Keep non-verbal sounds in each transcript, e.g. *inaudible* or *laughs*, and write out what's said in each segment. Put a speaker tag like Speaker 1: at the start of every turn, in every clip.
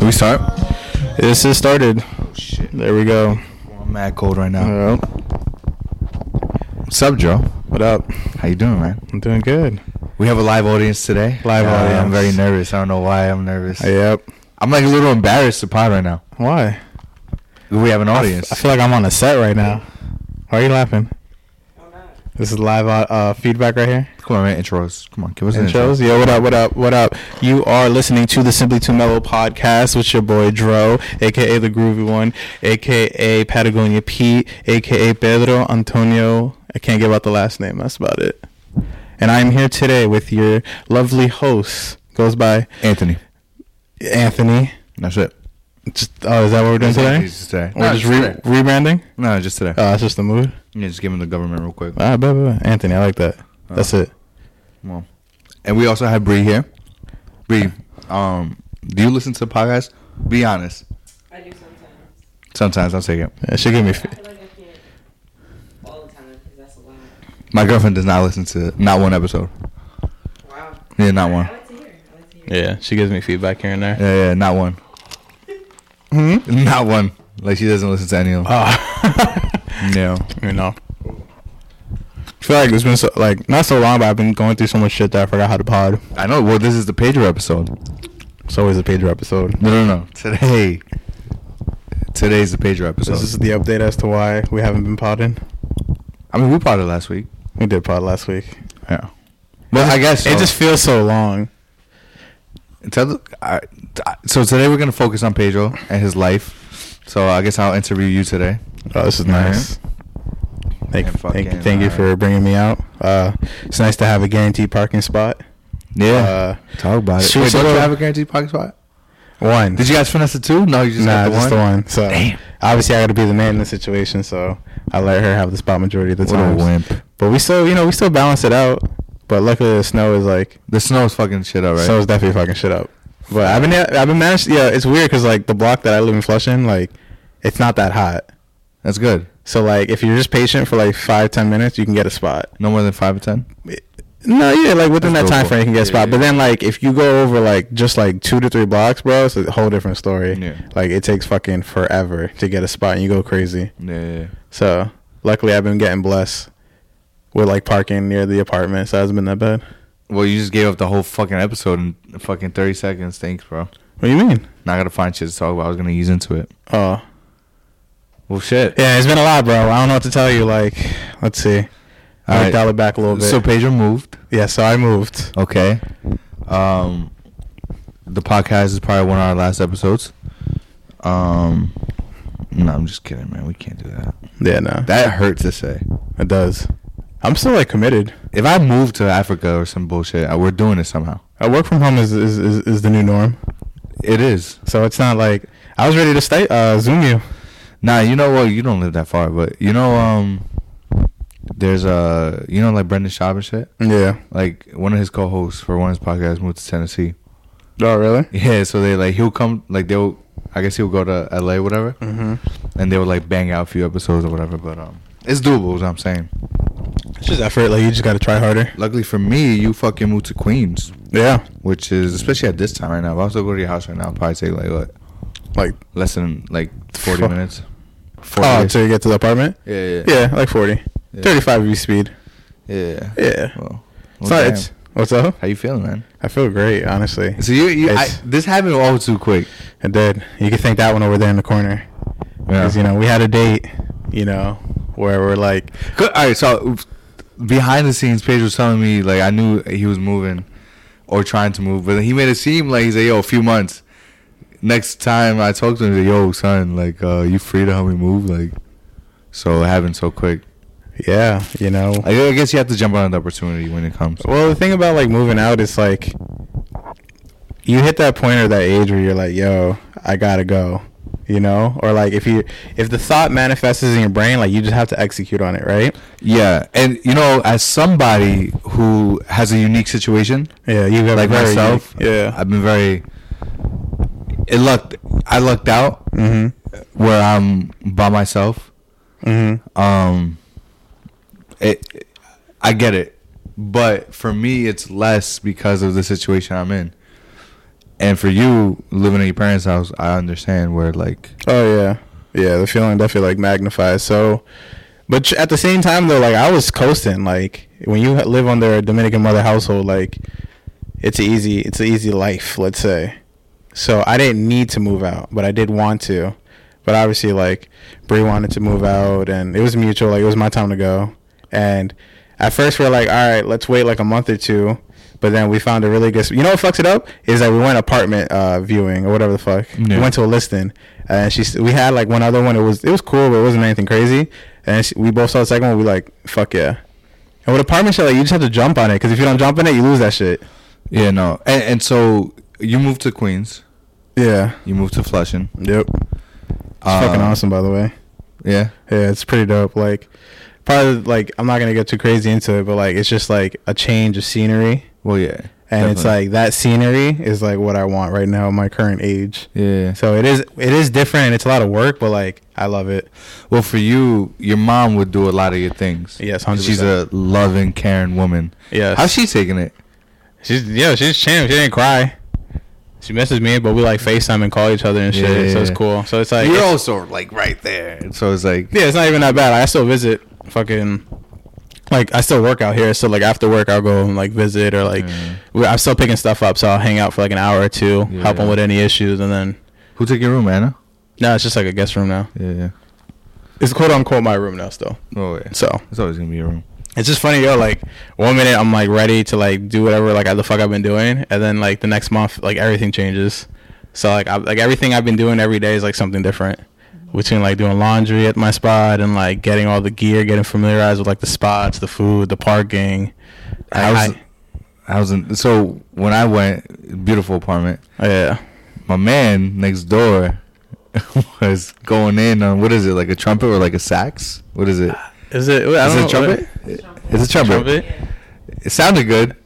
Speaker 1: We start. This is started.
Speaker 2: Oh shit.
Speaker 1: There we go.
Speaker 2: Well, I'm mad cold right now.
Speaker 1: All right.
Speaker 2: What's up, Joe?
Speaker 1: What up?
Speaker 2: How you doing, man?
Speaker 1: I'm doing good.
Speaker 2: We have a live audience today.
Speaker 1: Live
Speaker 2: Uh, I'm
Speaker 1: audience.
Speaker 2: very nervous. I don't know why I'm nervous.
Speaker 1: Yep.
Speaker 2: I'm like a little embarrassed to pod right now.
Speaker 1: Why?
Speaker 2: We have an audience.
Speaker 1: I feel like I'm on a set right now. Why are you laughing? This is live uh, uh, feedback right here.
Speaker 2: Come on, man. Intros. Come on. Give us an intro.
Speaker 1: Intros. Yo, what up? What up? What up? You are listening to the Simply Too Mellow podcast with your boy Dro, aka the Groovy One, aka Patagonia Pete, aka Pedro Antonio. I can't give out the last name. That's about it. And I'm here today with your lovely host. Goes by
Speaker 2: Anthony.
Speaker 1: Anthony.
Speaker 2: That's it.
Speaker 1: Just, oh, is that what we're doing today?
Speaker 2: Just today.
Speaker 1: We're just re- rebranding.
Speaker 2: No, just today.
Speaker 1: Oh, that's just the mood.
Speaker 2: yeah, just give him the government real quick.
Speaker 1: Ah, blah, blah, blah. Anthony, I like that. That's
Speaker 2: Oh.
Speaker 1: it.
Speaker 2: Well, and we also have Bree here. Bree, um, do you listen to the podcast? Be honest.
Speaker 3: I do sometimes.
Speaker 2: Sometimes I'll take it.
Speaker 1: Yeah, she gave me.
Speaker 3: I
Speaker 1: F-
Speaker 3: feel like I can't all the time because that's a lot.
Speaker 2: My girlfriend does not listen to not one episode.
Speaker 3: Wow.
Speaker 2: Yeah, not one.
Speaker 3: I like to hear. it. I like to hear. it.
Speaker 1: yeah, she gives me feedback here and there.
Speaker 2: Yeah, yeah, not one.
Speaker 1: *laughs* Hmm.
Speaker 2: *laughs* Not one. Like she doesn't listen to any of them.
Speaker 1: Ah.
Speaker 2: No.
Speaker 1: you know. I feel like it's been so, like not so long, but I've been going through so much shit that I forgot how to pod.
Speaker 2: I know. Well, this is the Pedro episode.
Speaker 1: It's always a Pedro episode.
Speaker 2: No, no, no. Today. Today's the Pedro episode.
Speaker 1: This is the update as to why we haven't been podding.
Speaker 2: I mean, we potted last week.
Speaker 1: We did pod last week.
Speaker 2: Yeah. Well, I guess
Speaker 1: it
Speaker 2: so.
Speaker 1: just feels so long.
Speaker 2: Tell the, I, I- so today we're gonna focus on Pedro and his life. So I guess I'll interview you today.
Speaker 1: Oh, this is
Speaker 2: All right.
Speaker 1: nice. Thank,
Speaker 2: And
Speaker 1: thank,
Speaker 2: fucking,
Speaker 1: thank you
Speaker 2: uh,
Speaker 1: for bringing me out. Uh, it's nice to have a guaranteed parking spot.
Speaker 2: Yeah.
Speaker 1: Uh,
Speaker 2: Talk about it.
Speaker 1: shoot
Speaker 2: Wait,
Speaker 1: some
Speaker 2: don't you
Speaker 1: love.
Speaker 2: have a guaranteed pocket spot?
Speaker 1: One.
Speaker 2: Did you guys finesse the two? No, you just got
Speaker 1: nah,
Speaker 2: the one.
Speaker 1: just the one. uh, So
Speaker 2: Damn.
Speaker 1: obviously, I got to be the man in the situation. So I let her have the spot majority of the
Speaker 2: What a
Speaker 1: time.
Speaker 2: wimp.
Speaker 1: But we still, you know, we still balance it out. But luckily, the snow is like
Speaker 2: The snow's fucking shit up, right?
Speaker 1: snow's definitely fucking shit up. But I've been, I've been managed. Yeah, it's weird because like the block that I live in Flushing, like it's not that hot.
Speaker 2: That's good.
Speaker 1: So like if you're just patient for like five ten minutes, you can get a spot.
Speaker 2: No more than five or ten.
Speaker 1: No, yeah, like within
Speaker 2: That's
Speaker 1: that time
Speaker 2: doable.
Speaker 1: frame, you can get a
Speaker 2: Yeah,
Speaker 1: spot.
Speaker 2: yeah.
Speaker 1: But then, like, if you go over like just like two to three blocks, bro, it's a whole different story.
Speaker 2: Yeah.
Speaker 1: Like it takes fucking forever to get a spot, and you go crazy.
Speaker 2: Yeah, yeah, yeah.
Speaker 1: So luckily, I've been getting blessed with like parking near the apartment, so it hasn't been that bad.
Speaker 2: Well, you just gave up the whole fucking episode in fucking thirty seconds. Thanks, bro.
Speaker 1: What do you mean?
Speaker 2: Now I gotta find shit to talk about. I was gonna ease into it.
Speaker 1: Oh,
Speaker 2: Well, shit.
Speaker 1: yeah, it's been a lot, bro. I don't know what to tell you. Like, let's see. I
Speaker 2: Alright.
Speaker 1: dial it back a little bit.
Speaker 2: So Pedro moved.
Speaker 1: yeah, so I moved.
Speaker 2: Okay. Um, the podcast is probably one of our last episodes. Um, no, I'm just kidding, man. We can't do that.
Speaker 1: Yeah, no,
Speaker 2: That hurt to say.
Speaker 1: it does. I'm still like committed.
Speaker 2: If I move to Africa or some bullshit, I, we're doing it somehow.
Speaker 1: I work from home is is, is is the new norm.
Speaker 2: It is.
Speaker 1: So it's not like I was ready to stay uh, Zoom you.
Speaker 2: Nah, you know what? You don't live that far, but you know, um, there's a you know like Brendan Schaub and shit.
Speaker 1: Yeah.
Speaker 2: Like one of his co-hosts for one of his podcasts moved to Tennessee. *laughs*
Speaker 1: Oh really?
Speaker 2: Yeah, so they like he'll come like they'll I guess he'll go to LA or whatever
Speaker 1: Mm-hmm.
Speaker 2: and they would like bang out a few episodes or whatever, but um it's doable is what I'm saying.
Speaker 1: It's just effort. Like you just gotta try harder.
Speaker 2: Luckily for me, you fucking moved to Queens,
Speaker 1: Yeah.
Speaker 2: which is especially at this time right now. If I was to go to your house right now, it'd probably take like what
Speaker 1: Like
Speaker 2: less than like forty
Speaker 1: Fuck.
Speaker 2: minutes. Forty
Speaker 1: oh,
Speaker 2: minutes.
Speaker 1: till you get to the apartament.
Speaker 2: yeah, yeah.
Speaker 1: Yeah, like 40.
Speaker 2: Yeah.
Speaker 1: 35 would be speed.
Speaker 2: Yeah.
Speaker 1: Yeah.
Speaker 2: Well, well,
Speaker 1: So
Speaker 2: damn.
Speaker 1: it's- what's up?
Speaker 2: how you feeling, man?
Speaker 1: I feel great, honestly.
Speaker 2: So you, you I,
Speaker 1: It's-
Speaker 2: this happened all too quick.
Speaker 1: I did. You can thank that one over there in the corner. Because, you know, we had a date, you know, where we're like,
Speaker 2: Good. All right. So oops, behind the scenes, Paige was telling me like I knew he was moving or trying to move, but he made it seem like he's like, yo, a few months. Next time I talked to him, he's like, yo, son, like uh, you free to help me move, like. So it happened so quick.
Speaker 1: yeah, you know.
Speaker 2: I, I guess you have to jump on the opportunity when it comes.
Speaker 1: Well, the thing about like moving out is like, you hit that point or that age where you're like, yo, I gotta go. You know, or like if you if the thought manifests in your brain, like you just have to execute on it, right?
Speaker 2: Yeah, and you know, as somebody who has a unique situation,
Speaker 1: Yeah, you have
Speaker 2: like
Speaker 1: very-
Speaker 2: myself,
Speaker 1: Yeah,
Speaker 2: I've been very. It lucked. I lucked out
Speaker 1: Mm-hmm.
Speaker 2: where I'm by myself.
Speaker 1: Mm-hmm.
Speaker 2: um it i get it but for me it's less because of the situation i'm in And for you living at your parents' house, I understand where like
Speaker 1: Oh yeah, yeah. The feeling definitely like magnifies. So, but at the same time though, like I was coasting. Like when you live under a Dominican mother household, like it's a easy, it's an easy life. Let's say. So I didn't need to move out, but I did want to. But obviously, like Brie wanted to move out, and it was mutual. Like it was my time to go. And at first, we we're like, all right, let's wait like a month or two. But then we found a really good. You know what fucks it up is that we went apartment uh, viewing or whatever the fuck.
Speaker 2: Yeah.
Speaker 1: We went to a listing, and she s- we had like one other one. It was it was cool, but it wasn't anything crazy. And she, we both saw the second one. We like fuck yeah. And with apartment shit, like you just have to jump on it because if you don't jump on it, you lose that shit.
Speaker 2: yeah no. And, and so you moved to Queens,
Speaker 1: Yeah.
Speaker 2: you moved to Flushing.
Speaker 1: Yep. It's fucking
Speaker 2: Um,
Speaker 1: awesome, by the way.
Speaker 2: Yeah,
Speaker 1: Yeah, it's pretty dope. Like, probably like I'm not gonna get too crazy into it, but like it's just like a change of scenery,
Speaker 2: well yeah,
Speaker 1: and it's
Speaker 2: Definitely.
Speaker 1: like that scenery is like what I want right now, at my current age.
Speaker 2: yeah.
Speaker 1: So it is it is different. and It's a lot of work, but like I love it.
Speaker 2: Well, for you, your mom would do a lot of your things.
Speaker 1: Yes,
Speaker 2: And
Speaker 1: 100%.
Speaker 2: she's a loving, caring woman.
Speaker 1: Yes.
Speaker 2: How's she taking it?
Speaker 1: She's yeah, she's champ. She didn't cry. She messaged me, but we like Facetime and call each other and shit.
Speaker 2: Yeah, yeah,
Speaker 1: so it's
Speaker 2: yeah.
Speaker 1: cool. So it's like
Speaker 2: You're
Speaker 1: it's-
Speaker 2: also like right there, And so it's like
Speaker 1: yeah, it's not even that bad. I still visit fucking like I still work out here, so like after work I'll go and like visit or like
Speaker 2: Yeah.
Speaker 1: we I'm still picking stuff up, so I'll hang out for like an hour or two,
Speaker 2: Yeah.
Speaker 1: helping with any issues, and then
Speaker 2: who took your room, Anna?
Speaker 1: no, it's just like a guest room now.
Speaker 2: Yeah, yeah.
Speaker 1: It's quote unquote my room now still.
Speaker 2: Oh yeah.
Speaker 1: So
Speaker 2: It's always gonna be your room.
Speaker 1: it's just funny, yo. Like one minute I'm like ready to like do whatever like the fuck I've been doing, and then like the next month like everything changes. So like I, like everything I've been doing every day is like something different. Between like doing laundry at my spot and like getting all the gear, getting familiarized with like the spots, the food, the parking.
Speaker 2: I was,
Speaker 1: I-
Speaker 2: I was in, so when I went, beautiful apartment.
Speaker 1: yeah,
Speaker 2: My man next door *laughs* was going in on what is it like a trumpet or like a sax? What is it?
Speaker 1: is it? I
Speaker 2: Is
Speaker 1: don't
Speaker 2: it
Speaker 1: know,
Speaker 2: a trumpet? It's a trumpet.
Speaker 1: Trumpet?
Speaker 2: It sounded good,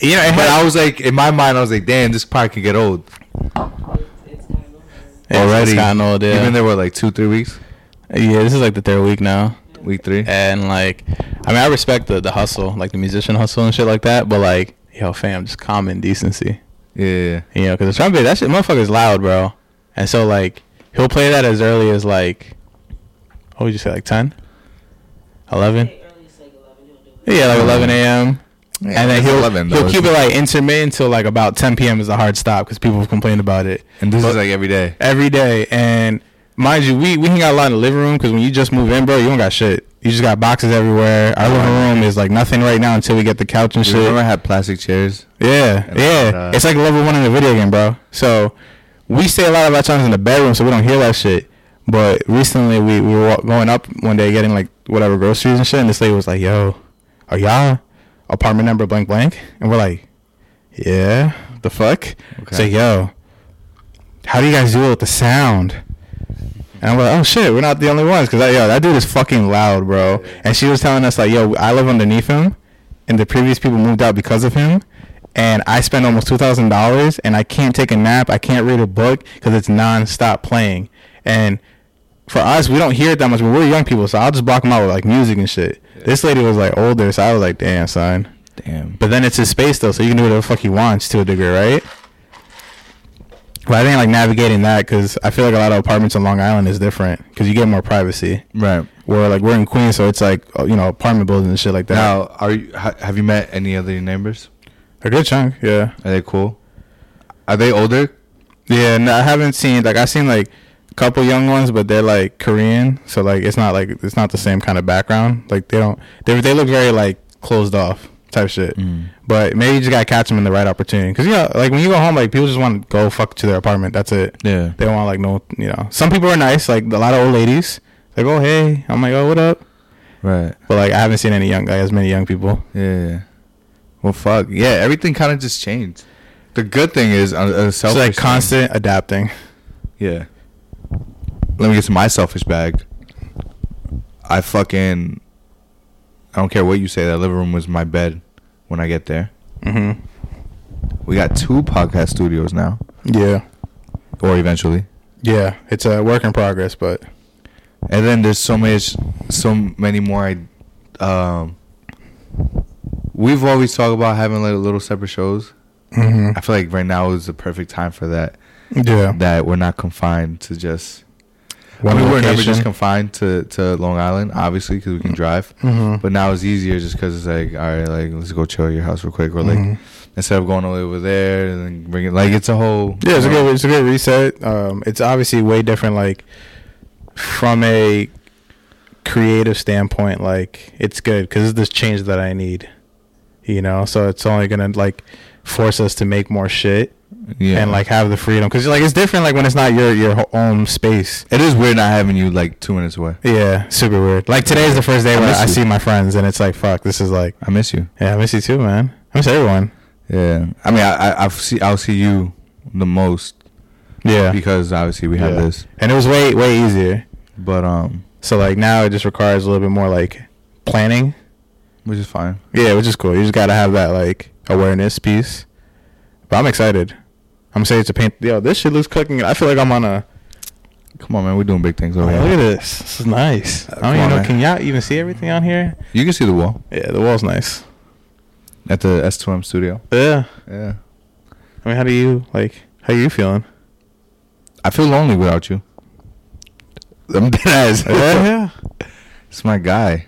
Speaker 1: Yeah, it
Speaker 2: but
Speaker 1: had-
Speaker 2: I was like in my mind, I was like, damn, this part could get old
Speaker 3: It's, it's kind of
Speaker 1: Yeah, it's-
Speaker 2: already.
Speaker 1: It's gotten old,
Speaker 2: You've
Speaker 1: yeah.
Speaker 2: been there what like two, three weeks,
Speaker 1: yeah, this is like the third week now.
Speaker 2: week three.
Speaker 1: and like I mean I respect the, the hustle, like the musician hustle and shit like that, but like yo fam, just common decency,
Speaker 2: Yeah, yeah,
Speaker 1: you know? Because the trumpet, that shit, motherfucker's loud, bro. And so like he'll play that as early as like, what would you say, like 10? 11?
Speaker 3: Say earliest, like 11, he'll do it.
Speaker 1: Yeah, like 11 a.m. and then he'll he'll keep it like intermittent till like about 10 p.m. is a hard stop because people have complained about it
Speaker 2: And this is like every day.
Speaker 1: every day. And mind you, we we hang out a lot in the living room because when you just move in, bro, you don't got shit. You just got boxes everywhere. Our living room is like nothing right now until we get the couch and
Speaker 2: You remember I
Speaker 1: shit.
Speaker 2: had plastic chairs.
Speaker 1: Yeah,
Speaker 2: And,
Speaker 1: yeah.
Speaker 2: uh,
Speaker 1: It's like level one in the video game, bro. So we stay a lot of our times in the bedroom, so we don't hear that shit. But recently, we, we were wa- going up one day getting like whatever groceries and shit, and this lady was like, "Yo, are y'all apartment number blank blank?" And we're like, "Yeah, the fuck."
Speaker 2: Okay.
Speaker 1: Say, "Yo, how do you guys deal with the sound?" And I'm like, "Oh shit, we're not the only ones, cause that, yo, that dude is fucking loud, bro." And she was telling us like, "Yo, I live underneath him, and the previous people moved out because of him." and I spend almost two thousand dollars, and I can't take a nap. I can't read a book because it's non-stop playing. And for us, we don't hear it that much, but we're young people, so I'll just block them out with like music and shit. This lady was like older, so I was like, damn, son.
Speaker 2: Damn.
Speaker 1: But then it's his space though, so you can do whatever the fuck he wants to a degree, right? But I think like navigating that because I feel like a lot of apartments on Long Island is different because you get more privacy.
Speaker 2: Right.
Speaker 1: Where like we're in Queens, so it's like oh, you know apartment buildings and shit like that.
Speaker 2: Now, are you ha- have you met any other your neighbors?
Speaker 1: a good chunk, yeah.
Speaker 2: Are they cool? Are they older?
Speaker 1: Yeah, no, I haven't seen like I've seen like a couple young ones, but they're like Korean, so like it's not like it's not the same kind of background. Like they don't they they look very like closed off type shit. But maybe you just gotta catch them in the right opportunity, cause you know like when you go home, like people just want to go fuck to their apartment. That's it.
Speaker 2: Yeah.
Speaker 1: They don't want like no you know. Some people are nice, like a lot of old ladies. Like oh hey, I'm like oh what up,
Speaker 2: Right.
Speaker 1: but like I haven't seen any young like as many young people.
Speaker 2: Yeah. yeah. Well, fuck. Yeah, everything kind of just changed. The good thing is, uh, on a
Speaker 1: It's
Speaker 2: selfish.
Speaker 1: like
Speaker 2: thing-
Speaker 1: constant adapting.
Speaker 2: Yeah. Let me get to my selfish bag. I fucking. I don't care what you say. That living room was my bed when I get there.
Speaker 1: Mm-hmm.
Speaker 2: We got two podcast studios now,
Speaker 1: Yeah,
Speaker 2: or eventually.
Speaker 1: yeah. It's a work in progress, but
Speaker 2: And then there's so much, so many more. I, um, we've always talked about having like little separate shows,
Speaker 1: Mhm.
Speaker 2: I feel like right now is the perfect time for that.
Speaker 1: Yeah.
Speaker 2: That we're not confined to just.
Speaker 1: One
Speaker 2: I mean, we're never
Speaker 1: location.
Speaker 2: just confined to, to Long Island, obviously, because we can drive.
Speaker 1: Mhm.
Speaker 2: Mm-hmm. But now it's easier just because it's like, all right, like let's go chill at your house real quick, or like
Speaker 1: Mhm.
Speaker 2: instead of going all the way over there and then bringing like it's a whole
Speaker 1: Yeah, it's a good, it's a good reset. Um, it's obviously way different, like from a creative standpoint. Like it's good because it's this change that I need, you know. So it's only gonna like force us to make more shit
Speaker 2: yeah.
Speaker 1: and like have the freedom because like it's different like when it's not your your ho- own space.
Speaker 2: it is weird not having you like two minutes away.
Speaker 1: Yeah, super weird. Like today is the first day
Speaker 2: I
Speaker 1: where
Speaker 2: miss
Speaker 1: I
Speaker 2: you.
Speaker 1: see my friends and it's like fuck. This is like
Speaker 2: I miss you.
Speaker 1: yeah, I miss you too, man. I miss everyone.
Speaker 2: Yeah, I mean, I, I I've see I'll see you the most
Speaker 1: Yeah,
Speaker 2: because obviously we have
Speaker 1: Yeah.
Speaker 2: this,
Speaker 1: and it was way way easier.
Speaker 2: but um,
Speaker 1: So like now it just requires a little bit more like planning.
Speaker 2: which is fine.
Speaker 1: Yeah, which is cool. You just gotta have that like awareness piece. But I'm excited. I'm saying it's a paint. Yo, this shit looks cooking. I feel like I'm on a.
Speaker 2: Come on, man, we're doing big things
Speaker 1: Oh,
Speaker 2: over
Speaker 1: Look at
Speaker 2: here.
Speaker 1: this. This is nice. I
Speaker 2: Uh, come
Speaker 1: don't even
Speaker 2: on,
Speaker 1: know.
Speaker 2: man.
Speaker 1: Can y'all even see everything on here?
Speaker 2: You can see the wall
Speaker 1: Yeah, the wall's nice.
Speaker 2: at the S2M studio.
Speaker 1: Yeah.
Speaker 2: Yeah,
Speaker 1: I mean, how do you like? How you feeling?
Speaker 2: I feel lonely without you. I'm dead ass. *laughs* it's my guy.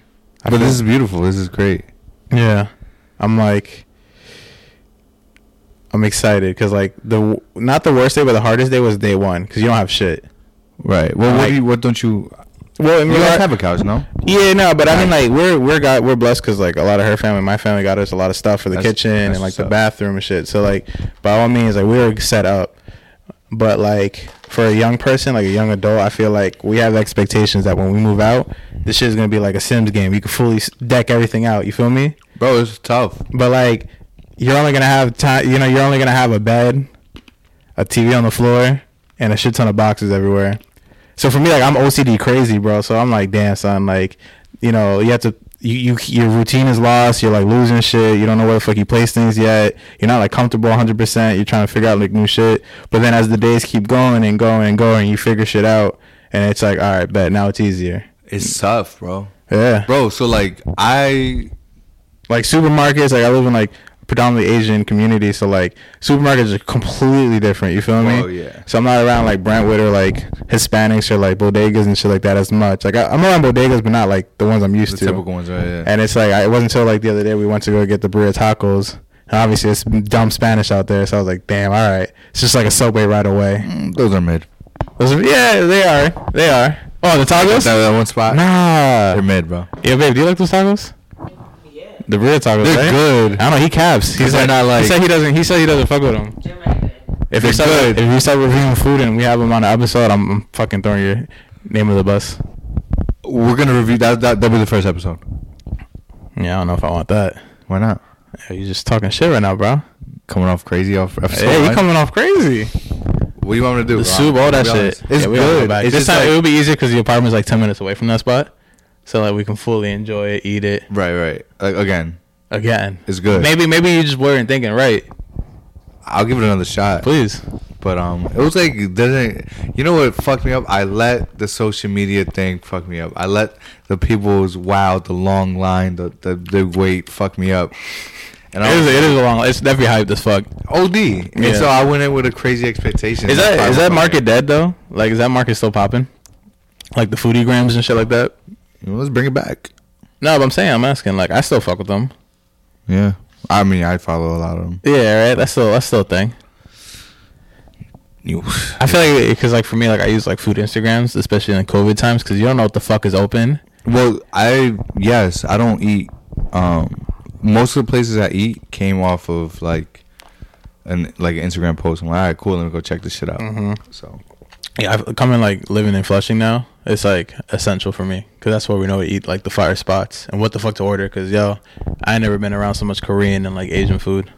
Speaker 2: but
Speaker 1: I feel-
Speaker 2: this is beautiful. This is great.
Speaker 1: Yeah. I'm like. I'm excited because like the not the worst day, but the hardest day was day one because you don't have shit.
Speaker 2: Right. Well, what
Speaker 1: Like-
Speaker 2: do you, what don't you?
Speaker 1: Well,
Speaker 2: You guys have a couch, no?
Speaker 1: Yeah, no, but I mean, like, we're we're got we're blessed because like a lot of her family, my family got us a lot of stuff for the
Speaker 2: That's-
Speaker 1: kitchen
Speaker 2: that's
Speaker 1: and like
Speaker 2: what's
Speaker 1: the
Speaker 2: up.
Speaker 1: bathroom and shit. So like, by all means, like we were set up, but like for a young person, like a young adult, I feel like we have expectations that when we move out, this shit's gonna be like a Sims game. You can fully s- deck everything out. You feel me?
Speaker 2: Bro, it's tough.
Speaker 1: But like, you're only gonna have time. You know, you're only gonna have a bed, a TV on the floor, and a shit ton of boxes everywhere. So for me, like, I'm OCD crazy, bro. So I'm like, damn, son, like, you know, you have to. You, you your routine is lost. You're like losing shit. You don't know where the fuck you place things yet. You're not like comfortable 100. percent You're trying to figure out like new shit. But then as the days keep going and going and going, you figure shit out, and it's like, all right, bet now it's easier.
Speaker 2: It's tough, bro.
Speaker 1: Yeah.
Speaker 2: Bro, so like I
Speaker 1: like supermarkets like i live in like predominantly asian community so like supermarkets are completely different you feel me
Speaker 2: Oh, yeah.
Speaker 1: so i'm not around like brentwood or like hispanics or like bodegas and shit like that as much like I, i'm around bodegas but not like the ones i'm used
Speaker 2: the
Speaker 1: to
Speaker 2: typical ones, right? Yeah.
Speaker 1: and it's like I, it wasn't until like the other day we went to go get the burrito tacos and obviously it's dumb spanish out there so i was like damn all right it's just like a subway right away
Speaker 2: Mm, those are mid.
Speaker 1: Those are- yeah they are they are oh the
Speaker 2: That,
Speaker 1: tacos
Speaker 2: that one spot. They're
Speaker 1: nah
Speaker 2: mid, bro.
Speaker 1: yeah babe do you like those tacos
Speaker 3: Yeah,
Speaker 1: the burrito tacos
Speaker 2: They're
Speaker 1: right?
Speaker 2: good.
Speaker 1: I don't know. He caps. He's
Speaker 2: They're
Speaker 1: like,
Speaker 2: not like-
Speaker 1: he said he doesn't. He said he doesn't fuck with them.
Speaker 3: Jim Rabbit.
Speaker 1: If
Speaker 2: They're
Speaker 1: we start,
Speaker 2: good.
Speaker 1: if we start reviewing food and we have them on the episode, I'm, I'm fucking throwing your name of the bus.
Speaker 2: We're gonna review that. That that'll be the first episode.
Speaker 1: Yeah, I don't know if I want that.
Speaker 2: Why not?
Speaker 1: Yeah, you just talking shit right now, bro.
Speaker 2: Coming off crazy off episode.
Speaker 1: hey, you
Speaker 2: one?
Speaker 1: coming off crazy.
Speaker 2: What do you want me to do? bro?
Speaker 1: The soup, all that
Speaker 2: Be
Speaker 1: shit.
Speaker 2: honest. It's
Speaker 1: Yeah, we gotta go
Speaker 2: good.
Speaker 1: back.
Speaker 2: It's
Speaker 1: this
Speaker 2: just
Speaker 1: time
Speaker 2: like,
Speaker 1: it would be easier because the apartment's like ten minutes away from that spot, so like we can fully enjoy it, eat it
Speaker 2: right, right. Like again,
Speaker 1: again.
Speaker 2: it's good.
Speaker 1: Maybe maybe you just weren't thinking right.
Speaker 2: I'll give it another shot.
Speaker 1: Please.
Speaker 2: But um, it was like it doesn't. You know what fucked me up? I let the social media thing fuck me up. I let the people's wow, the long line, the the, the wait fuck me up. And
Speaker 1: It
Speaker 2: I
Speaker 1: is,
Speaker 2: was
Speaker 1: it is a long. It's definitely hyped as fuck.
Speaker 2: OD,
Speaker 1: Yeah.
Speaker 2: and so I went in with a crazy expectation.
Speaker 1: Is
Speaker 2: That's
Speaker 1: that
Speaker 2: why
Speaker 1: is
Speaker 2: I
Speaker 1: that
Speaker 2: was
Speaker 1: market
Speaker 2: fucking-
Speaker 1: dead though? Like, is that market still popping? Like the foodie grams and shit like that.
Speaker 2: You know, Let's bring it back.
Speaker 1: No, but I'm saying I'm asking. Like, I still fuck with them.
Speaker 2: Yeah, I mean, I follow a lot of them.
Speaker 1: Yeah, right. That's still that's still a thing.
Speaker 2: You,
Speaker 1: I feel like because like for me, like I use like food Instagrams, especially in COVID times, because you don't know what the fuck is open.
Speaker 2: well, I yes, I don't eat. Um, most of the places I eat came off of like, an like an Instagram post. I'm like, all right, cool. Let me go check this shit out.
Speaker 1: Mm-hmm.
Speaker 2: So
Speaker 1: Yeah, I've come in like living in Flushing now. It's like essential for me because that's where we know to eat like the fire spots and what the fuck to order. Because yo, I ain't never been around so much Korean and like Asian food.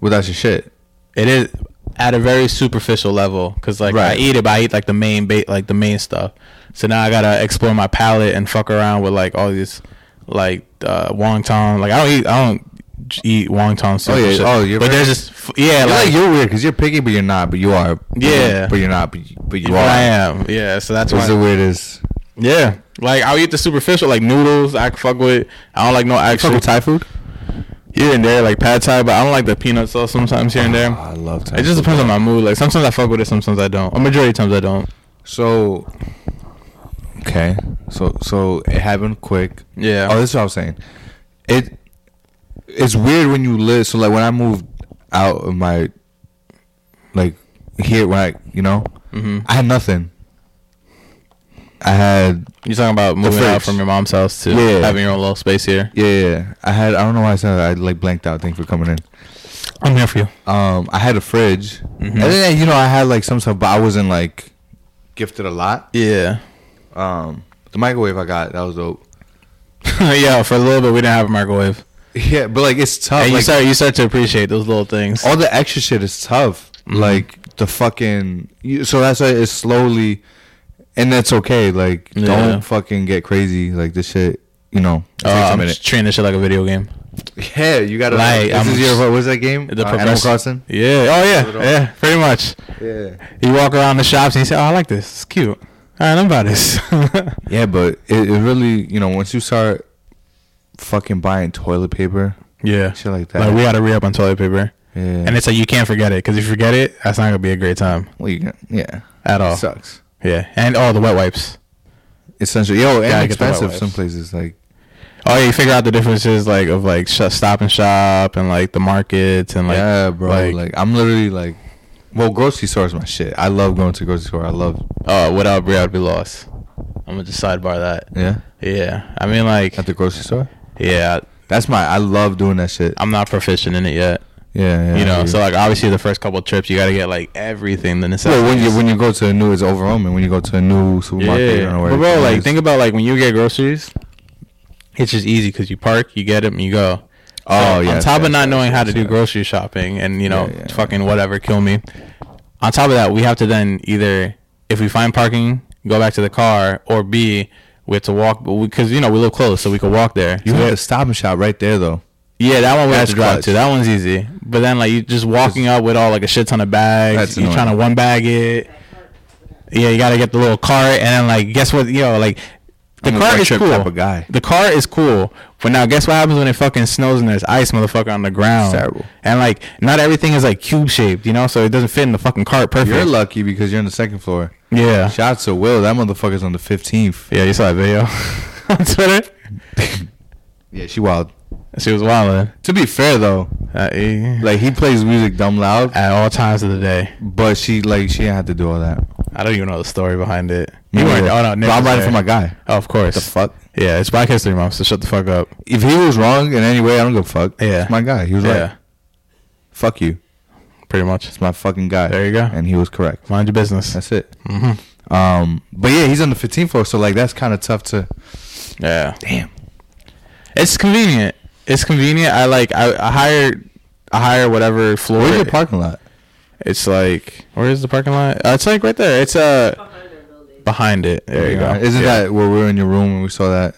Speaker 2: Well, that's your shit.
Speaker 1: It is at a very superficial level because like I
Speaker 2: Right.
Speaker 1: eat it, but I eat like the main bait, like the main stuff. So now I gotta explore my palate and fuck around with like all these like uh, wonton. Like I don't eat, I don't j- eat wonton soup.
Speaker 2: Oh, yeah.
Speaker 1: and shit.
Speaker 2: Oh, you're
Speaker 1: but
Speaker 2: very-
Speaker 1: there's just f- yeah,
Speaker 2: You're
Speaker 1: like,
Speaker 2: like you're weird because you're picky, but you're not. But you are.
Speaker 1: Yeah.
Speaker 2: But you're not. But you, but you
Speaker 1: who
Speaker 2: are.
Speaker 1: I am. Yeah, so that's
Speaker 2: It's the
Speaker 1: why.
Speaker 2: weirdest.
Speaker 1: Yeah, like I'll eat the superficial, like noodles. I can fuck with. I don't like no actual.
Speaker 2: Thai food.
Speaker 3: here and there, like pad thai, but I don't like the peanut sauce sometimes here and there.
Speaker 2: Ah, I love
Speaker 3: It just depends on my mood. Like sometimes I fuck with it, sometimes I don't. A majority of times I don't.
Speaker 2: So okay, so so it happened quick.
Speaker 3: Yeah.
Speaker 2: Oh, this is what I was saying. It it's weird when you live. So like when I moved out of my like here, when I you know
Speaker 3: hmm
Speaker 2: I had nothing. I had
Speaker 3: You're talking about moving out
Speaker 2: fridge.
Speaker 3: from your mom's house to
Speaker 2: Yeah.
Speaker 3: having your own little space here.
Speaker 2: yeah, yeah, yeah. I had I don't know why I said that. I like blanked out. Thanks for coming in.
Speaker 3: I'm here for you.
Speaker 2: Um, I had a fridge,
Speaker 3: Mm-hmm.
Speaker 2: and then you know I had like some stuff, but I wasn't like gifted a lot.
Speaker 3: Yeah.
Speaker 2: Um, the microwave I got that was dope.
Speaker 3: *laughs*
Speaker 2: *laughs*
Speaker 3: yeah, for a little bit we didn't have a microwave.
Speaker 2: Yeah, but like it's tough.
Speaker 3: and you
Speaker 2: Oh, like, Oh.
Speaker 3: start you start to appreciate those little things.
Speaker 2: all the extra shit is tough.
Speaker 3: Mm-hmm.
Speaker 2: Like the fucking. you- So that's why it's slowly, and that's okay. Like
Speaker 3: Yeah.
Speaker 2: don't fucking get crazy. Like this shit, you know. It takes
Speaker 3: Uh,
Speaker 2: a
Speaker 3: I'm
Speaker 2: minute.
Speaker 3: just treating this shit like a video game.
Speaker 2: *laughs* yeah, you gotta.
Speaker 3: Like,
Speaker 2: this
Speaker 3: I'm
Speaker 2: is
Speaker 3: just-
Speaker 2: your what's that game?
Speaker 3: The
Speaker 2: uh, Animal
Speaker 3: progress-
Speaker 2: Crossing.
Speaker 3: Yeah. Oh yeah. Yeah. Pretty much.
Speaker 2: Yeah.
Speaker 3: You walk around the shops and you say, "Oh, I like this. It's cute. All right, I'm
Speaker 1: *laughs*
Speaker 3: about this."
Speaker 2: Yeah, but it, it really, you know, once you start fucking buying toilet paper,
Speaker 3: yeah.
Speaker 2: shit like that.
Speaker 3: Like we gotta re up on toilet paper,
Speaker 2: yeah.
Speaker 3: and it's like you can't forget it because if you forget it, that's not gonna be a great time
Speaker 2: well, you can, yeah.
Speaker 3: at all.
Speaker 2: It sucks.
Speaker 3: yeah. And oh, the wet wipes.
Speaker 2: Essentially, yo, and
Speaker 3: Gotta get the wet
Speaker 2: expensive
Speaker 3: wipes.
Speaker 2: some places like
Speaker 3: Oh yeah, you figure out the differences like of like sh- Stop and Shop and like the markets and like
Speaker 2: yeah, bro. Like,
Speaker 3: like,
Speaker 2: I'm literally like, well, grocery store is my shit. I love going to grocery store. I love
Speaker 3: oh without Brie I'd be lost. I'm gonna just sidebar that.
Speaker 2: yeah
Speaker 3: Yeah, I mean like
Speaker 2: at the grocery store.
Speaker 3: yeah,
Speaker 2: That's my. I love doing that shit.
Speaker 3: I'm not proficient in it yet.
Speaker 2: Yeah, yeah.
Speaker 3: you know,
Speaker 2: yeah.
Speaker 3: so like obviously the first couple trips you gotta get like everything the necessities.
Speaker 2: Well, when you when you go to a new, it's overwhelming. When you go to a new supermarket, you don't know where
Speaker 3: but bro,
Speaker 2: everything
Speaker 3: like
Speaker 2: is.
Speaker 3: think about like when you get groceries, it's just easy because you park, you get 'em, you go.
Speaker 2: Oh,
Speaker 3: So, On
Speaker 2: yes,
Speaker 3: top of
Speaker 2: yes,
Speaker 3: not
Speaker 2: yes,
Speaker 3: knowing how
Speaker 2: yes,
Speaker 3: to do
Speaker 2: yes.
Speaker 3: grocery shopping and you know
Speaker 2: Yeah, yeah,
Speaker 3: fucking whatever, kill me. On top of that, we have to then either if we find parking, go back to the car, or B. We have to walk, because you know we live close, so we could walk there.
Speaker 2: you
Speaker 3: So we-
Speaker 2: have to stop and shop right there though.
Speaker 3: yeah, that one we have
Speaker 2: That's
Speaker 3: to drive
Speaker 2: clutch.
Speaker 3: to. That one's easy. But then like you just walking up with all like a shit ton of bags,
Speaker 2: That's
Speaker 3: you
Speaker 2: annoying.
Speaker 3: trying to one bag it. Yeah, you gotta get the little cart, and then like guess what? Yo, like the
Speaker 2: I'm a
Speaker 3: cart
Speaker 2: road
Speaker 3: is
Speaker 2: trip
Speaker 3: cool.
Speaker 2: type of guy.
Speaker 3: The cart is cool, but now guess what happens when it fucking snows and there's ice, motherfucker, on the ground.
Speaker 2: It's terrible.
Speaker 3: And like not everything is like cube shaped, you know, so it doesn't fit in the fucking cart perfect.
Speaker 2: You're lucky because you're on the second floor.
Speaker 3: yeah,
Speaker 2: Shout out to Will. That motherfucker's on the 15th.
Speaker 3: yeah. You saw that video *laughs* on Twitter.
Speaker 2: Yeah, she wild.
Speaker 3: She was wilding
Speaker 2: To be fair though,
Speaker 3: uh, yeah.
Speaker 2: like he plays music dumb loud,
Speaker 3: at all times of the day.
Speaker 2: but she like she didn't have to do all that.
Speaker 3: I don't even know the story behind it.
Speaker 2: Me
Speaker 3: You weren't.
Speaker 2: neither.
Speaker 3: Oh no, Nick
Speaker 2: But I'm
Speaker 3: was
Speaker 2: writing
Speaker 3: there.
Speaker 2: for my guy.
Speaker 3: Oh, of course.
Speaker 2: The fuck?
Speaker 3: Yeah, it's Black History Month, so shut the fuck up.
Speaker 2: If he was wrong in any way, I don't give a fuck.
Speaker 3: Yeah.
Speaker 2: It's my guy. He was
Speaker 3: Yeah,
Speaker 2: right. Fuck you.
Speaker 3: pretty much.
Speaker 2: It's my fucking guy.
Speaker 3: There you go.
Speaker 2: And he was correct.
Speaker 3: Mind your business.
Speaker 2: That's it.
Speaker 3: hmm
Speaker 2: Um, but yeah, he's on the 15th floor, so like that's kind of tough to.
Speaker 3: Yeah,
Speaker 2: Damn.
Speaker 3: it's convenient. It's convenient. I like. I, I hire. I hire whatever floor.
Speaker 2: Where's your
Speaker 3: it-
Speaker 2: parking lot?
Speaker 3: It's like. Where is the parking lot? Uh, it's like right there. It's uh
Speaker 4: Behind our building.
Speaker 3: behind it. There you go.
Speaker 2: Isn't
Speaker 3: yeah.
Speaker 2: that where we were in your room and we saw that?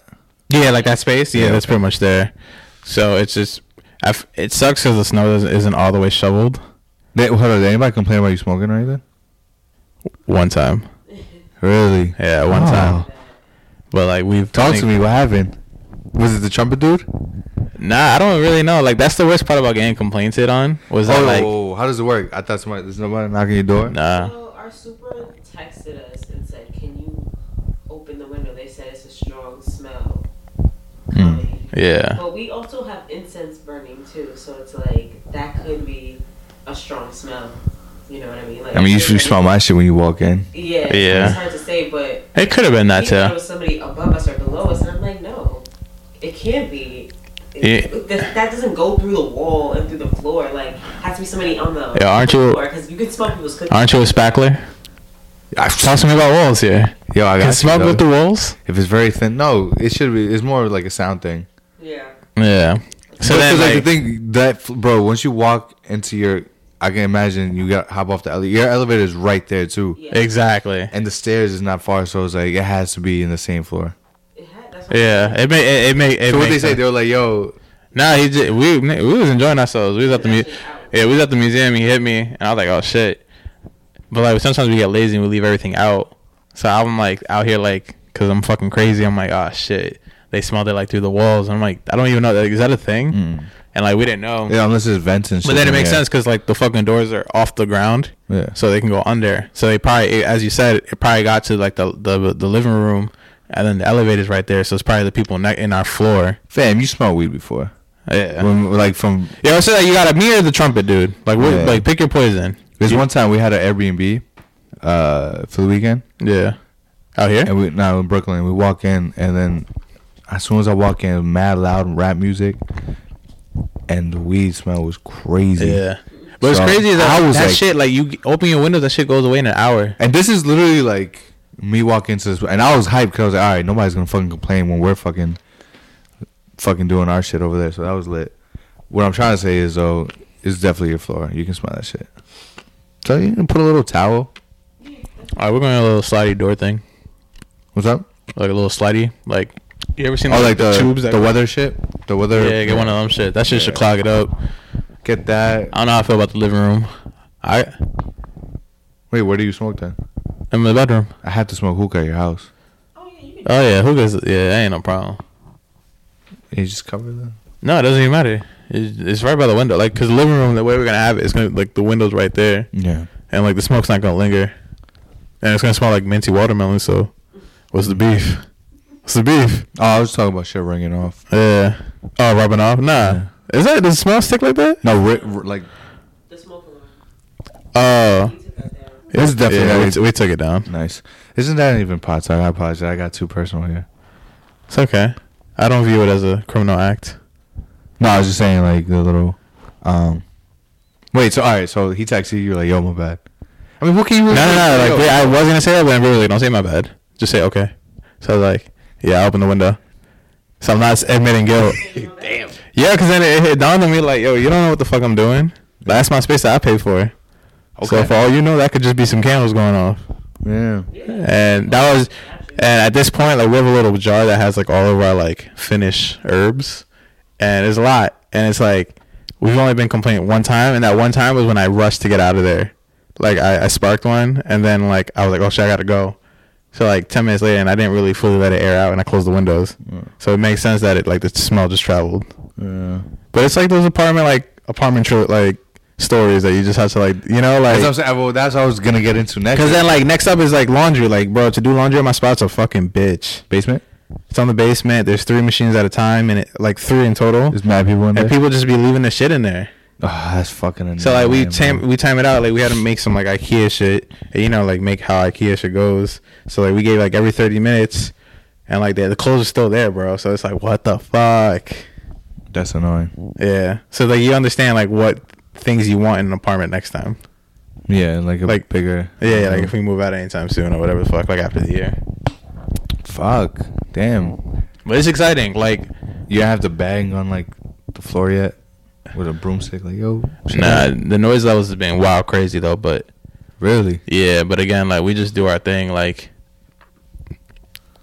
Speaker 3: Yeah, like that space. Yeah,
Speaker 2: Yeah,
Speaker 3: that's
Speaker 2: okay.
Speaker 3: pretty much there. So it's just. I f- it sucks because the snow doesn't, isn't all the way shoveled.
Speaker 2: They, hold on, did anybody complain about you smoking or anything?
Speaker 3: One time.
Speaker 2: Really?
Speaker 3: Yeah, one
Speaker 2: Oh.
Speaker 3: time. But like we've
Speaker 2: Talk
Speaker 3: I
Speaker 2: to
Speaker 3: think-
Speaker 2: me. What happened? Was it the trumpet dude?
Speaker 3: Nah, I don't really know. Like that's the worst part about getting complainted on was that like
Speaker 2: how does it work? I thought somebody there's nobody knocking your door.
Speaker 3: nah.
Speaker 4: So our super texted us and said, "Can you open the window?" They said it's a strong smell. coming."
Speaker 3: Yeah.
Speaker 4: But we also have incense burning too, so it's like that could be a strong smell. You know what I mean? Like
Speaker 2: I mean, you should smell my shit when you walk in.
Speaker 4: Yeah,
Speaker 3: Yeah.
Speaker 4: It's hard to say, but
Speaker 3: It could have been that
Speaker 4: you thought it
Speaker 3: too.
Speaker 4: was somebody above us or below us, and I'm like, no, it can't be.
Speaker 3: Yeah.
Speaker 4: It- that, that doesn't go through the wall and through the floor. Like, has to be somebody on the
Speaker 3: Yeah, aren't you-
Speaker 4: Because you can smell people's cookies.
Speaker 3: Aren't you a spackler? Talk to me about walls here.
Speaker 2: Yo, I
Speaker 3: Can
Speaker 2: got
Speaker 3: smell
Speaker 2: you,
Speaker 3: good
Speaker 2: though.
Speaker 3: through walls?
Speaker 2: If it's very thin, no, it should be. It's more like a sound thing.
Speaker 4: Yeah.
Speaker 3: Yeah. So
Speaker 2: But
Speaker 3: then
Speaker 2: 'cause, like,
Speaker 3: like,
Speaker 2: the thing that f- bro, once you walk into your, I can imagine you got hop off the elevator. Your elevator is right there too,
Speaker 4: Yeah.
Speaker 3: exactly.
Speaker 2: and the stairs is not far, so it's like it has to be in the same floor.
Speaker 4: It had- that's what-
Speaker 3: Yeah, it may it, it may. It
Speaker 2: So what they
Speaker 3: makes
Speaker 2: say,
Speaker 3: sense.
Speaker 2: they were like, "Yo,
Speaker 3: Nah, he just, we we was enjoying ourselves. We was at the mu-
Speaker 4: Actually out.
Speaker 3: yeah, we was at the museum. He hit me, and I was like, oh shit. But like sometimes we get lazy and we leave everything out. So I'm like out here like, cause I'm fucking crazy. I'm like, oh shit. They smelled it like through the walls. I'm like, I don't even know. Like, is that a thing?
Speaker 1: and like we didn't know.
Speaker 2: Yeah, unless Mm. it's vents and shit.
Speaker 1: But then it
Speaker 2: in
Speaker 1: makes
Speaker 2: there.
Speaker 1: sense because like the fucking doors are off the ground,
Speaker 2: Yeah.
Speaker 1: so they can go under. So they probably, as you said, it probably got to like the the, the living room, and then the elevator's right there. So it's probably the people ne- in our floor.
Speaker 2: Fam, you smelled weed before.
Speaker 1: Yeah.
Speaker 2: When, like from
Speaker 1: Yo, so like, you gotta mirror the trumpet, dude. Like, what,
Speaker 2: Yeah.
Speaker 1: like pick your poison.
Speaker 2: there's
Speaker 1: You-
Speaker 2: one time we had an Airbnb uh for the weekend.
Speaker 1: Yeah. Out here.
Speaker 2: And we now in Brooklyn, we walk in, and then as soon as I walk in, mad loud rap music, and the weed smell was crazy.
Speaker 1: Yeah. But it's
Speaker 2: So,
Speaker 1: crazy is that,
Speaker 2: I was
Speaker 1: that
Speaker 2: like-
Speaker 1: shit. Like, you open your windows, that shit goes away in an hour.
Speaker 2: And this is literally like me walking into this, and I was hyped because I was like, all right, nobody's gonna fucking complain when we're fucking, fucking doing our shit over there. So that was lit. What I'm trying to say is though, it's definitely your floor. You can smell that shit. So you can put a little towel.
Speaker 1: All right, we're going to a little slidey door thing,
Speaker 2: What's up?
Speaker 1: like a little slidey. Like, you ever seen
Speaker 2: Oh, like the tubes,
Speaker 1: that
Speaker 2: the weather shit, the weather.
Speaker 1: Yeah, get one of them shit. That shit should
Speaker 2: Yeah.
Speaker 1: clog it up.
Speaker 2: Get that.
Speaker 1: I don't know how I feel about the living room. I
Speaker 2: Wait, where do you smoke then?
Speaker 1: in the bedroom.
Speaker 2: I had to smoke hookah at your house.
Speaker 3: Oh yeah, you can.
Speaker 1: Oh yeah, who goes? Yeah, that ain't no problem.
Speaker 2: You just cover them.
Speaker 1: No, it doesn't even matter. It's, it's right by the window, like because the living room, the way we're gonna have it, it's gonna like the window's right there,
Speaker 2: Yeah.
Speaker 1: and like the smoke's not gonna linger, and it's gonna smell like minty watermelon. So, what's the beef? What's the beef?
Speaker 2: Oh, I was talking about shit ringing off.
Speaker 1: Yeah. Oh, rubbing off? Nah. Is that does it smell stick like that?
Speaker 2: No, ri- ri- like
Speaker 3: The smoke
Speaker 1: Oh,
Speaker 3: alarm. You took that down.
Speaker 2: *laughs* it's definitely
Speaker 1: yeah, we, t- we took it down.
Speaker 2: nice. Isn't that even pot talk? I apologize. I got too personal here.
Speaker 1: It's okay. I don't view it as a criminal act.
Speaker 2: No, I was just saying like the little. um Wait. So all right. So he texted you like, "Yo, my bad." I mean, what can you?
Speaker 1: No,
Speaker 2: Really
Speaker 1: no, no.
Speaker 2: Yo.
Speaker 1: Like, *laughs* wait, I was gonna say that, but I'm really like, don't say my bad. Just say okay. So I was like, yeah, I opened the window. So I'm not admitting guilt.
Speaker 3: Damn.
Speaker 1: yeah, because then it, it dawned on me like, yo, you don't know what the fuck I'm doing. That's my space that I pay for. So
Speaker 2: Okay.
Speaker 1: for all you know, that could just be some candles going off.
Speaker 2: yeah.
Speaker 1: And that was, and at this point, like we have a little jar that has like all of our like Finnish herbs, and it's a lot. And it's like we've only been complaining one time, and that one time was when I rushed to get out of there. Like I, I sparked one, and then like I was like, oh shit, I gotta go. So like ten minutes later, and I didn't really fully let it air out, and I closed the windows.
Speaker 2: Mm.
Speaker 1: So it makes sense that it like the smell just traveled.
Speaker 2: Yeah.
Speaker 1: But it's like those apartment like apartment tr- like stories that you just have to like you know like
Speaker 2: That's what I'm saying. Well, that's what I was gonna get into next.
Speaker 1: Cause then like next up is like laundry. Like bro, to do laundry at my spot's a fucking bitch.
Speaker 2: basement.
Speaker 1: It's on the basement. There's three machines at a time, and it, like three in total.
Speaker 2: There's mad people in there.
Speaker 1: And people just be leaving the shit in there.
Speaker 2: oh, that's fucking. Annoying,
Speaker 1: So like we
Speaker 2: bro.
Speaker 1: time we time it out. Like we had to make some like IKEA shit. And, you know, like make how IKEA shit goes. So like we gave like every thirty minutes, and like the, the clothes are still there, bro. So it's like what the fuck.
Speaker 2: That's annoying.
Speaker 1: Yeah. So like you understand like what things you want in an apartment next time.
Speaker 2: Yeah, like a
Speaker 1: Like-
Speaker 2: bigger.
Speaker 1: Yeah. yeah,
Speaker 2: Mm-hmm.
Speaker 1: Like if we move out anytime soon or whatever the fuck. Like after the year.
Speaker 2: Fuck. Damn.
Speaker 1: But it's exciting. Like
Speaker 2: You don't have to bang on like the floor yet with a broomstick. Like yo. shit.
Speaker 1: Nah, the noise levels has been wild crazy though, but
Speaker 2: Really?
Speaker 1: yeah, but again, like we just do our thing, like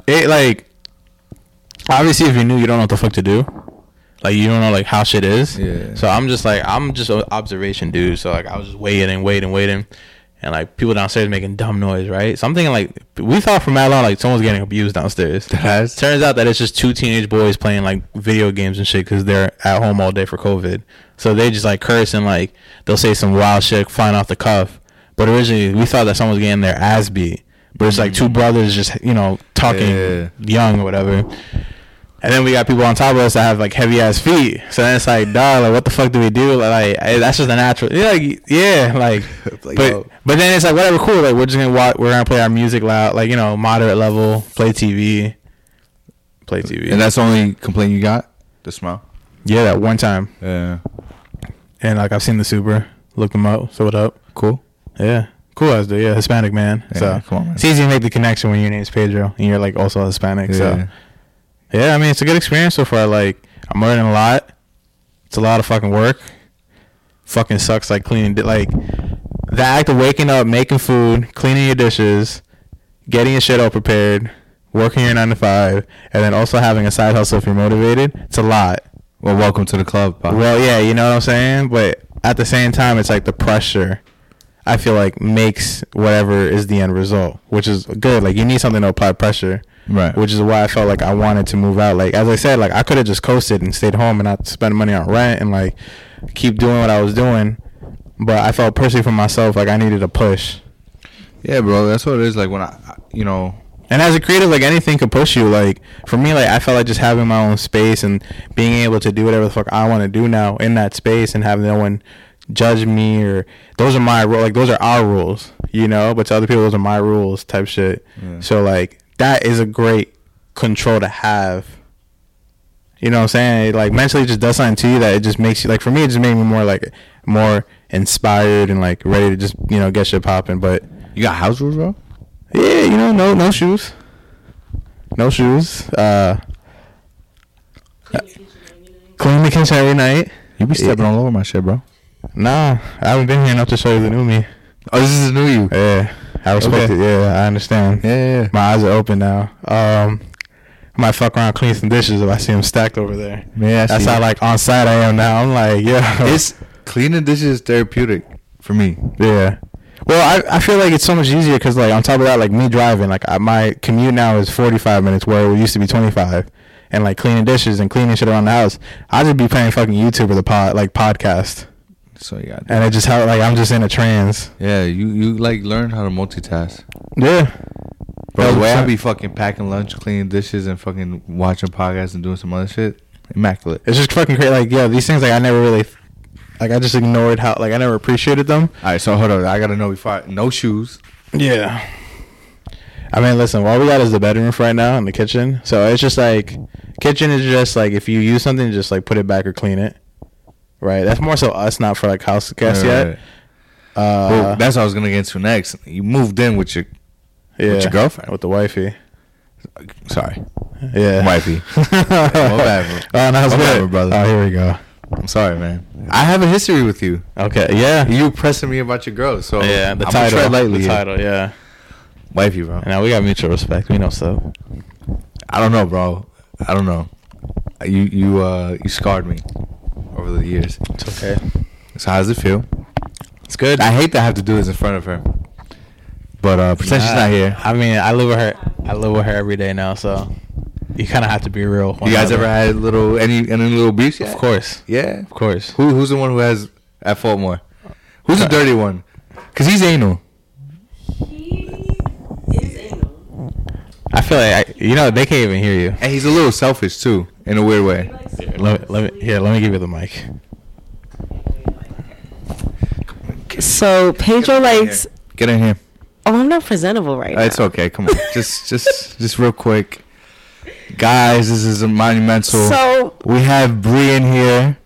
Speaker 1: it like obviously if you're new you don't know what the fuck to do. Like you don't know like how shit is.
Speaker 2: Yeah.
Speaker 1: So I'm just like I'm just an observation dude. So like I was just waiting and waiting, waiting. And like people downstairs making dumb noise, right? So I'm thinking like we thought from that long like someone's getting abused downstairs.
Speaker 2: That's-
Speaker 1: Turns out that it's just two teenage boys playing like video games and shit because they're at home all day for COVID. So they just like curse and like they'll say some wild shit flying off the cuff. But originally we thought that someone was getting their ass beat. But it's like two brothers just you know talking
Speaker 2: Yeah.
Speaker 1: young or whatever. And then we got people on top of us that have like heavy ass feet. So then it's like, dog, like what the fuck do we do? Like, I- that's just a natural. Yeah, like, yeah, like.
Speaker 2: *laughs* Like,
Speaker 1: but
Speaker 2: oh.
Speaker 1: but then it's like whatever, cool. Like we're just gonna watch, we're gonna play our music loud, like you know, moderate level, play TV, play TV.
Speaker 2: And that's the only complaint you got? The smell?
Speaker 1: yeah, that one time.
Speaker 2: Yeah.
Speaker 1: And like I've seen the super, looked them up, so what up?
Speaker 2: Cool.
Speaker 1: Yeah, cool as dude. Yeah, Hispanic man.
Speaker 2: Yeah,
Speaker 1: so
Speaker 2: come on, man. *laughs*
Speaker 1: it's easy to make the connection when your name's Pedro and you're like also Hispanic. So. Yeah, I mean it's a good experience so far. Like I'm learning a lot. It's a lot of fucking work. Fucking sucks. Like cleaning, di- like the act of waking up, making food, cleaning your dishes, getting your shit all prepared, working your nine to five, and then also having a side hustle if you're motivated. It's a lot.
Speaker 2: Well, welcome to the club. Pop.
Speaker 1: Well, yeah, you know what I'm saying. But at the same time, it's like the pressure. I feel like makes whatever is the end result, which is good. Like you need something to apply pressure.
Speaker 2: Right.
Speaker 1: Which is why I felt like I wanted to move out. Like as I said, like I could have just coasted and stayed home and not spend money on rent and like keep doing what I was doing. But I felt personally for myself like I needed a push.
Speaker 2: Yeah, bro. That's what it is. Like when I, you know,
Speaker 1: And as a creative, like anything could push you. Like for me, like I felt like just having my own space and being able to do whatever the fuck I want to do now in that space and have no one judge me or those are my rules. Like those are our rules, you know. But to other people, those are my rules type shit.
Speaker 2: Yeah.
Speaker 1: So like that is a great control to have. You know what I'm saying? It, like mentally, it just does something to you that it just makes you like. For me, it just made me more like more inspired and like ready to just you know get shit popping. But
Speaker 2: you got house rules, bro.
Speaker 1: yeah, you know, no no shoes. No shoes. Uh
Speaker 3: Clean the kitchen every night.
Speaker 1: clean the kitchen every night.
Speaker 2: You be stepping
Speaker 1: Yeah.
Speaker 2: all over my shit, bro.
Speaker 1: Nah, I haven't been here enough to show you the new me.
Speaker 2: Oh, this is new you.
Speaker 1: Yeah. I respect
Speaker 2: Okay.
Speaker 1: it, yeah, I understand.
Speaker 2: Yeah, yeah, yeah.
Speaker 1: My eyes are open now. Um I might fuck around clean some dishes if I see them stacked over there.
Speaker 2: Yeah, I
Speaker 1: That's
Speaker 2: see.
Speaker 1: how like on site I am now. I'm like, yeah.
Speaker 2: It's cleaning dishes is therapeutic for me.
Speaker 1: Yeah. Well, I, I feel like it's so much easier because like on top of that, like me driving, like I, my commute now is forty five minutes where it used to be twenty five, and like cleaning dishes and cleaning shit around the house, I just be playing fucking YouTube or the pod like podcast,
Speaker 2: So yeah.
Speaker 1: and it just how like I'm just in a trance.
Speaker 2: Yeah, you you like learn how to multitask.
Speaker 1: Yeah.
Speaker 2: Bro, the way I
Speaker 1: 100%.
Speaker 2: be fucking packing lunch, cleaning dishes, and fucking watching podcasts and doing some other shit, immaculate.
Speaker 1: It's just fucking crazy. Like yeah, these things like I never really, like I just ignored how like I never appreciated them.
Speaker 2: All right, so hold on, I gotta know before. I, no shoes.
Speaker 1: Yeah. I mean, listen, all we got is the bedroom for right now and the kitchen. So it's just like, kitchen is just like, if you use something, just like put it back or clean it. Right? That's more so us, not for like house guests
Speaker 2: Right,
Speaker 1: yet.
Speaker 2: right, right.
Speaker 1: Uh,
Speaker 2: Well, that's what I was gonna get into next. You moved in with your
Speaker 1: yeah.
Speaker 2: with your girlfriend.
Speaker 1: With the wifey.
Speaker 2: sorry,
Speaker 1: Yeah. *laughs*
Speaker 2: Wifey.
Speaker 1: Whatever. oh, no, it's
Speaker 2: Whatever,
Speaker 1: good.
Speaker 2: brother.
Speaker 1: Oh, here we go.
Speaker 2: I'm sorry, man. I have a history with you.
Speaker 1: Okay. Yeah.
Speaker 2: You pressing me about your girl, so
Speaker 1: yeah. The
Speaker 2: I'ma
Speaker 1: title.
Speaker 2: tread lightly
Speaker 1: the
Speaker 2: here.
Speaker 1: title. Yeah.
Speaker 2: wifey, bro.
Speaker 1: Now we got mutual respect. We know so.
Speaker 2: I don't know, bro. I don't know. You you uh you scarred me over the years.
Speaker 1: It's okay.
Speaker 2: So how does it feel?
Speaker 1: It's good.
Speaker 2: I hate to have to do this in front of her, but uh, pretend she's
Speaker 1: Nah,
Speaker 2: not here.
Speaker 1: I mean, I live with her. I live with her every day now, so you kind of have to be real. with
Speaker 2: You guys
Speaker 1: one
Speaker 2: ever
Speaker 1: another.
Speaker 2: had little any any little beefs yet?
Speaker 1: Of course,
Speaker 2: Yeah.
Speaker 1: of course.
Speaker 2: Who who's the one who has at fault more? Who's the dirty one? Cause he's anal.
Speaker 3: He is anal.
Speaker 1: I feel like I, you know they can't even hear you.
Speaker 2: And he's a little selfish too, in a weird
Speaker 3: He
Speaker 2: way.
Speaker 3: likes
Speaker 1: Here, Let, let me here. Let me give you the mic.
Speaker 4: So Pedro likes.
Speaker 2: Get in here. Uh,
Speaker 4: Oh, I'm not presentable right now.
Speaker 2: It's okay. *laughs* Come on. just just just real quick. Guys, this is a monumental.
Speaker 4: So
Speaker 2: we have Bree in here,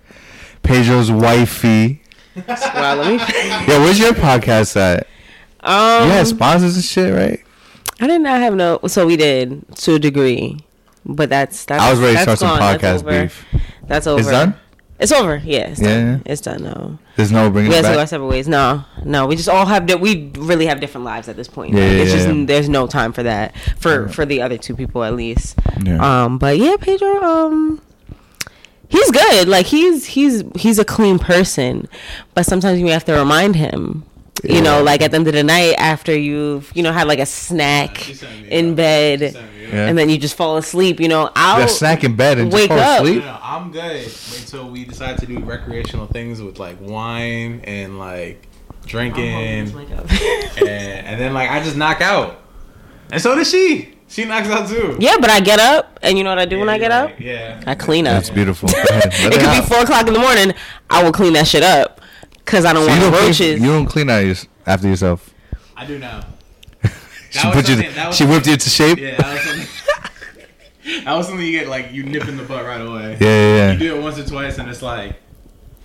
Speaker 2: Pedro's wifey.
Speaker 4: wow, let me.
Speaker 2: Yo, where's your podcast at?
Speaker 4: Um,
Speaker 2: You had sponsors and shit, right?
Speaker 4: I did not have no. So we did to a degree, but that's that's.
Speaker 2: I was ready to start
Speaker 4: that's
Speaker 2: some
Speaker 4: gone.
Speaker 2: podcast
Speaker 4: that's over.
Speaker 2: beef.
Speaker 4: That's over.
Speaker 2: It's done.
Speaker 4: It's over. Yeah. It's
Speaker 2: Yeah,
Speaker 4: Done.
Speaker 2: yeah.
Speaker 4: It's done. No.
Speaker 2: There's no bringing
Speaker 4: we
Speaker 2: it
Speaker 4: have to go our
Speaker 2: back.
Speaker 4: separate ways. No, no. We just all have. Di- we really have different lives at this point.
Speaker 2: Yeah,
Speaker 4: Like,
Speaker 2: yeah,
Speaker 4: it's
Speaker 2: yeah,
Speaker 4: just
Speaker 2: yeah.
Speaker 4: there's no time for that for for the other two people at least.
Speaker 2: Yeah.
Speaker 4: Um, but yeah, Pedro. Um, he's good. Like he's he's he's a clean person, but sometimes you have to remind him. You
Speaker 2: Yeah.
Speaker 4: know, like at the end of the night, after you've you know had like a snack in bed,
Speaker 2: Yeah.
Speaker 4: and then you just fall asleep. You know,
Speaker 2: You
Speaker 4: I'll
Speaker 2: got
Speaker 4: *laughs*
Speaker 2: snack in bed and just
Speaker 4: wake
Speaker 2: fall
Speaker 4: up.
Speaker 2: asleep.
Speaker 1: no, I'm good until we decide to do recreational things with like wine and like
Speaker 4: Just
Speaker 1: drinking,
Speaker 4: wake up.
Speaker 1: and then like I just knock out, and so does she. She knocks out too.
Speaker 4: *laughs* yeah, but I get up, and you know what I do when I get up?
Speaker 1: Yeah.
Speaker 4: I clean up.
Speaker 2: That's
Speaker 1: *laughs*
Speaker 2: beautiful. Go ahead. Let
Speaker 4: it could
Speaker 2: out.
Speaker 4: be four o'clock in the morning. I will clean that shit up because I don't
Speaker 2: So you
Speaker 4: want
Speaker 2: don't
Speaker 4: roaches.
Speaker 2: Clean, you don't clean out your, after yourself.
Speaker 1: I do now.
Speaker 2: She
Speaker 1: was
Speaker 2: put you.
Speaker 1: something- that was
Speaker 2: She whipped you to shape. Yeah,
Speaker 1: Yeah, that was something. *laughs* that was something you get like you nip in the butt right away.
Speaker 2: yeah,
Speaker 1: You
Speaker 2: yeah.
Speaker 1: do it once or twice, and it's like,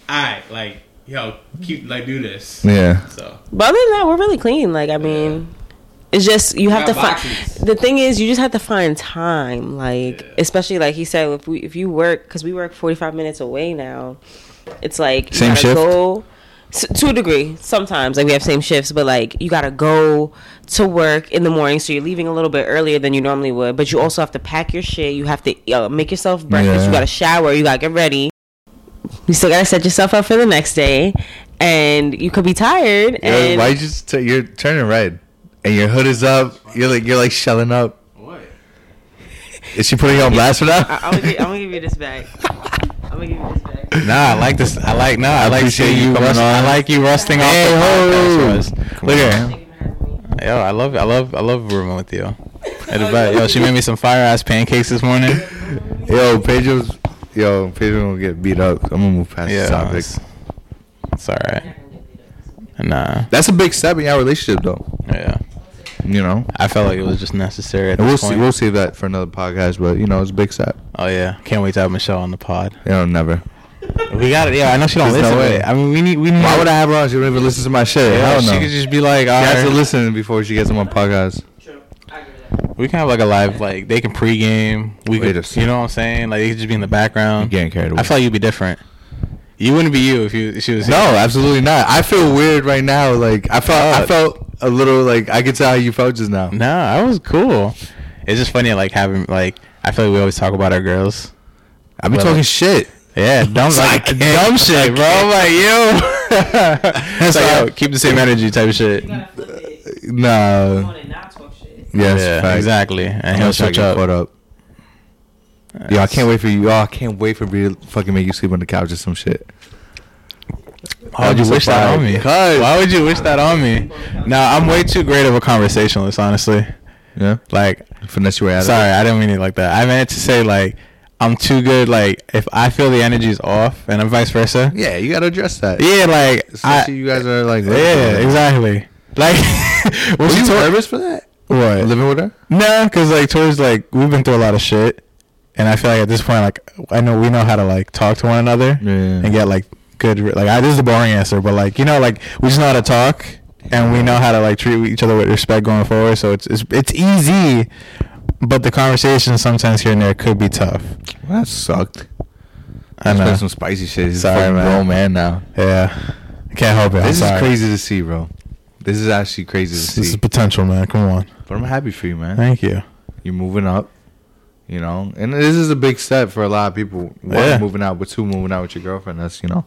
Speaker 1: all right, like yo, keep like do this.
Speaker 2: Yeah.
Speaker 1: So
Speaker 4: but other than that, we're really clean. Like I mean, it's just you have to
Speaker 1: got
Speaker 4: find.
Speaker 1: boxes.
Speaker 4: The thing is, you just have to find time. Like especially like he said, if we if you work because we work forty five minutes away now, it's like you
Speaker 2: Same
Speaker 4: gotta
Speaker 2: shift?
Speaker 4: Go, s- to a degree, sometimes like we have same shifts, but like you gotta go to work in the morning, so you're leaving a little bit earlier than you normally would. But you also have to pack your shit. You have to uh, make yourself breakfast.
Speaker 2: Yeah.
Speaker 4: You gotta shower. You gotta get ready. You still gotta set yourself up for the next day, and you could be tired.
Speaker 2: Yeah,
Speaker 4: And
Speaker 2: Why you just t- you're turning red and your hood is up. You're like you're like shelling up.
Speaker 1: what?
Speaker 2: Is she putting you on blast for
Speaker 4: I,
Speaker 2: that?
Speaker 4: I'm, gonna give, I'm gonna give you this back. I'm gonna give you this
Speaker 1: *laughs*
Speaker 4: back.
Speaker 1: Nah, I like this. I like nah. I like
Speaker 2: appreciate
Speaker 1: seeing
Speaker 2: you
Speaker 1: you.
Speaker 2: coming
Speaker 1: Rust, I
Speaker 2: on.
Speaker 1: like you rusting off
Speaker 2: Hey, ho.
Speaker 1: the podcast. Russ. Look
Speaker 2: Come
Speaker 1: here,
Speaker 3: Thank you for having me.
Speaker 1: yo. I love. I love. I love rooming with you.
Speaker 2: Oh,
Speaker 1: At the back. Yo, she made me some fire ass pancakes
Speaker 2: *laughs*
Speaker 1: this morning.
Speaker 2: Yo, Pedro's. Yo, Pedro gonna get beat up. I'm gonna move past
Speaker 1: Yeah,
Speaker 2: the topic.
Speaker 1: it's, it's all
Speaker 3: I'm
Speaker 1: right.
Speaker 3: not gonna get beat up. It's okay.
Speaker 1: Nah,
Speaker 2: That's a big step in your relationship, though.
Speaker 1: yeah.
Speaker 2: You know,
Speaker 1: I felt like it was just necessary at
Speaker 2: and we'll
Speaker 1: this
Speaker 2: see.
Speaker 1: point.
Speaker 2: We'll save that for another podcast. But you know, it's a big step.
Speaker 1: Oh yeah, can't wait to have Michelle on the pod.
Speaker 2: You know, never.
Speaker 1: We got it. Yeah, I know she don't
Speaker 2: There's no
Speaker 1: listen.
Speaker 2: way.
Speaker 1: but I mean, we need. We need.
Speaker 2: Why would I have her on? She don't even listen to my shit.
Speaker 1: Yeah,
Speaker 2: Hell no.
Speaker 1: She could just be like, all
Speaker 2: She has
Speaker 1: right.
Speaker 2: to listen before she gets on my podcast.
Speaker 3: True. I agree with that.
Speaker 1: We can have like a live, like they can pregame. We
Speaker 2: Wait
Speaker 1: could,
Speaker 2: a
Speaker 1: you know what I'm saying? Like they could just be in the background.
Speaker 2: You're getting carried away.
Speaker 1: I feel like you'd be different. You wouldn't be you if you if she was.
Speaker 2: No,
Speaker 1: here.
Speaker 2: absolutely not. I feel weird right now. Like I felt, I
Speaker 1: God.
Speaker 2: felt a little like I could tell how you felt just now.
Speaker 1: no, I was cool. It's just funny, like having like I feel like we always talk about our girls.
Speaker 2: I be
Speaker 1: Well,
Speaker 2: talking shit.
Speaker 1: *laughs* Yeah, dumb
Speaker 2: I
Speaker 1: like
Speaker 2: can't.
Speaker 1: *laughs* dumb shit, bro. I'm like *laughs* yo,
Speaker 2: That's
Speaker 1: It's like,
Speaker 2: all.
Speaker 1: yo, keep the same energy type of shit.
Speaker 3: You gotta flip it. You
Speaker 2: Nah.
Speaker 3: want to not talk shit.
Speaker 2: Yes,
Speaker 1: yeah,
Speaker 2: fact.
Speaker 1: exactly.
Speaker 2: I'm
Speaker 1: And
Speaker 2: gonna
Speaker 1: he'll
Speaker 2: try to
Speaker 1: switch
Speaker 2: get
Speaker 1: up.
Speaker 2: caught up. Yo, I can't wait for you. Yo, I can't wait for me to fucking make you sleep on the couch or some shit.
Speaker 1: Why would Oh, you wish that on me?
Speaker 2: Cause-
Speaker 1: Why would you wish that on me? Nah, I'm way too great of a conversationalist, honestly.
Speaker 2: Yeah,
Speaker 1: Like
Speaker 2: finesse your way out.
Speaker 1: Sorry,
Speaker 2: of
Speaker 1: I didn't mean it like that. I meant to say like I'm too good. Like if I feel the energy's off, and I'm vice versa.
Speaker 2: it. Yeah, you gotta address that.
Speaker 1: Yeah, like
Speaker 2: Especially
Speaker 1: I,
Speaker 2: you guys are like.
Speaker 1: yeah, exactly. Like *laughs*
Speaker 2: Were
Speaker 1: when she
Speaker 2: you
Speaker 1: told
Speaker 2: nervous for that?
Speaker 1: what?
Speaker 2: Living with her?
Speaker 1: No, because like towards like we've been through a lot of shit, and I feel like at this point like I know we know how to like talk to one another
Speaker 2: Yeah, yeah.
Speaker 1: and get like good. re- Like I, this is the boring answer, but like you know like we just know how to talk. And we know how to like treat each other with respect going forward, so it's it's, it's easy, but the conversation sometimes here and there could be tough.
Speaker 2: Well, that sucked.
Speaker 1: I
Speaker 2: Let's
Speaker 1: know.
Speaker 2: play some spicy shit. He's
Speaker 1: Sorry,
Speaker 2: a fucking
Speaker 1: man.
Speaker 2: grown man now.
Speaker 1: Yeah, I can't help it. I'm
Speaker 2: this
Speaker 1: sorry.
Speaker 2: is crazy to see, bro. This is actually crazy to
Speaker 1: This
Speaker 2: see.
Speaker 1: is potential, man. Come on.
Speaker 2: but I'm happy for you, man.
Speaker 1: Thank you.
Speaker 2: You're moving up. You know, and this is a big step for a lot of people. One,
Speaker 1: Yeah.
Speaker 2: moving out, but two, moving out with your girlfriend. That's you know,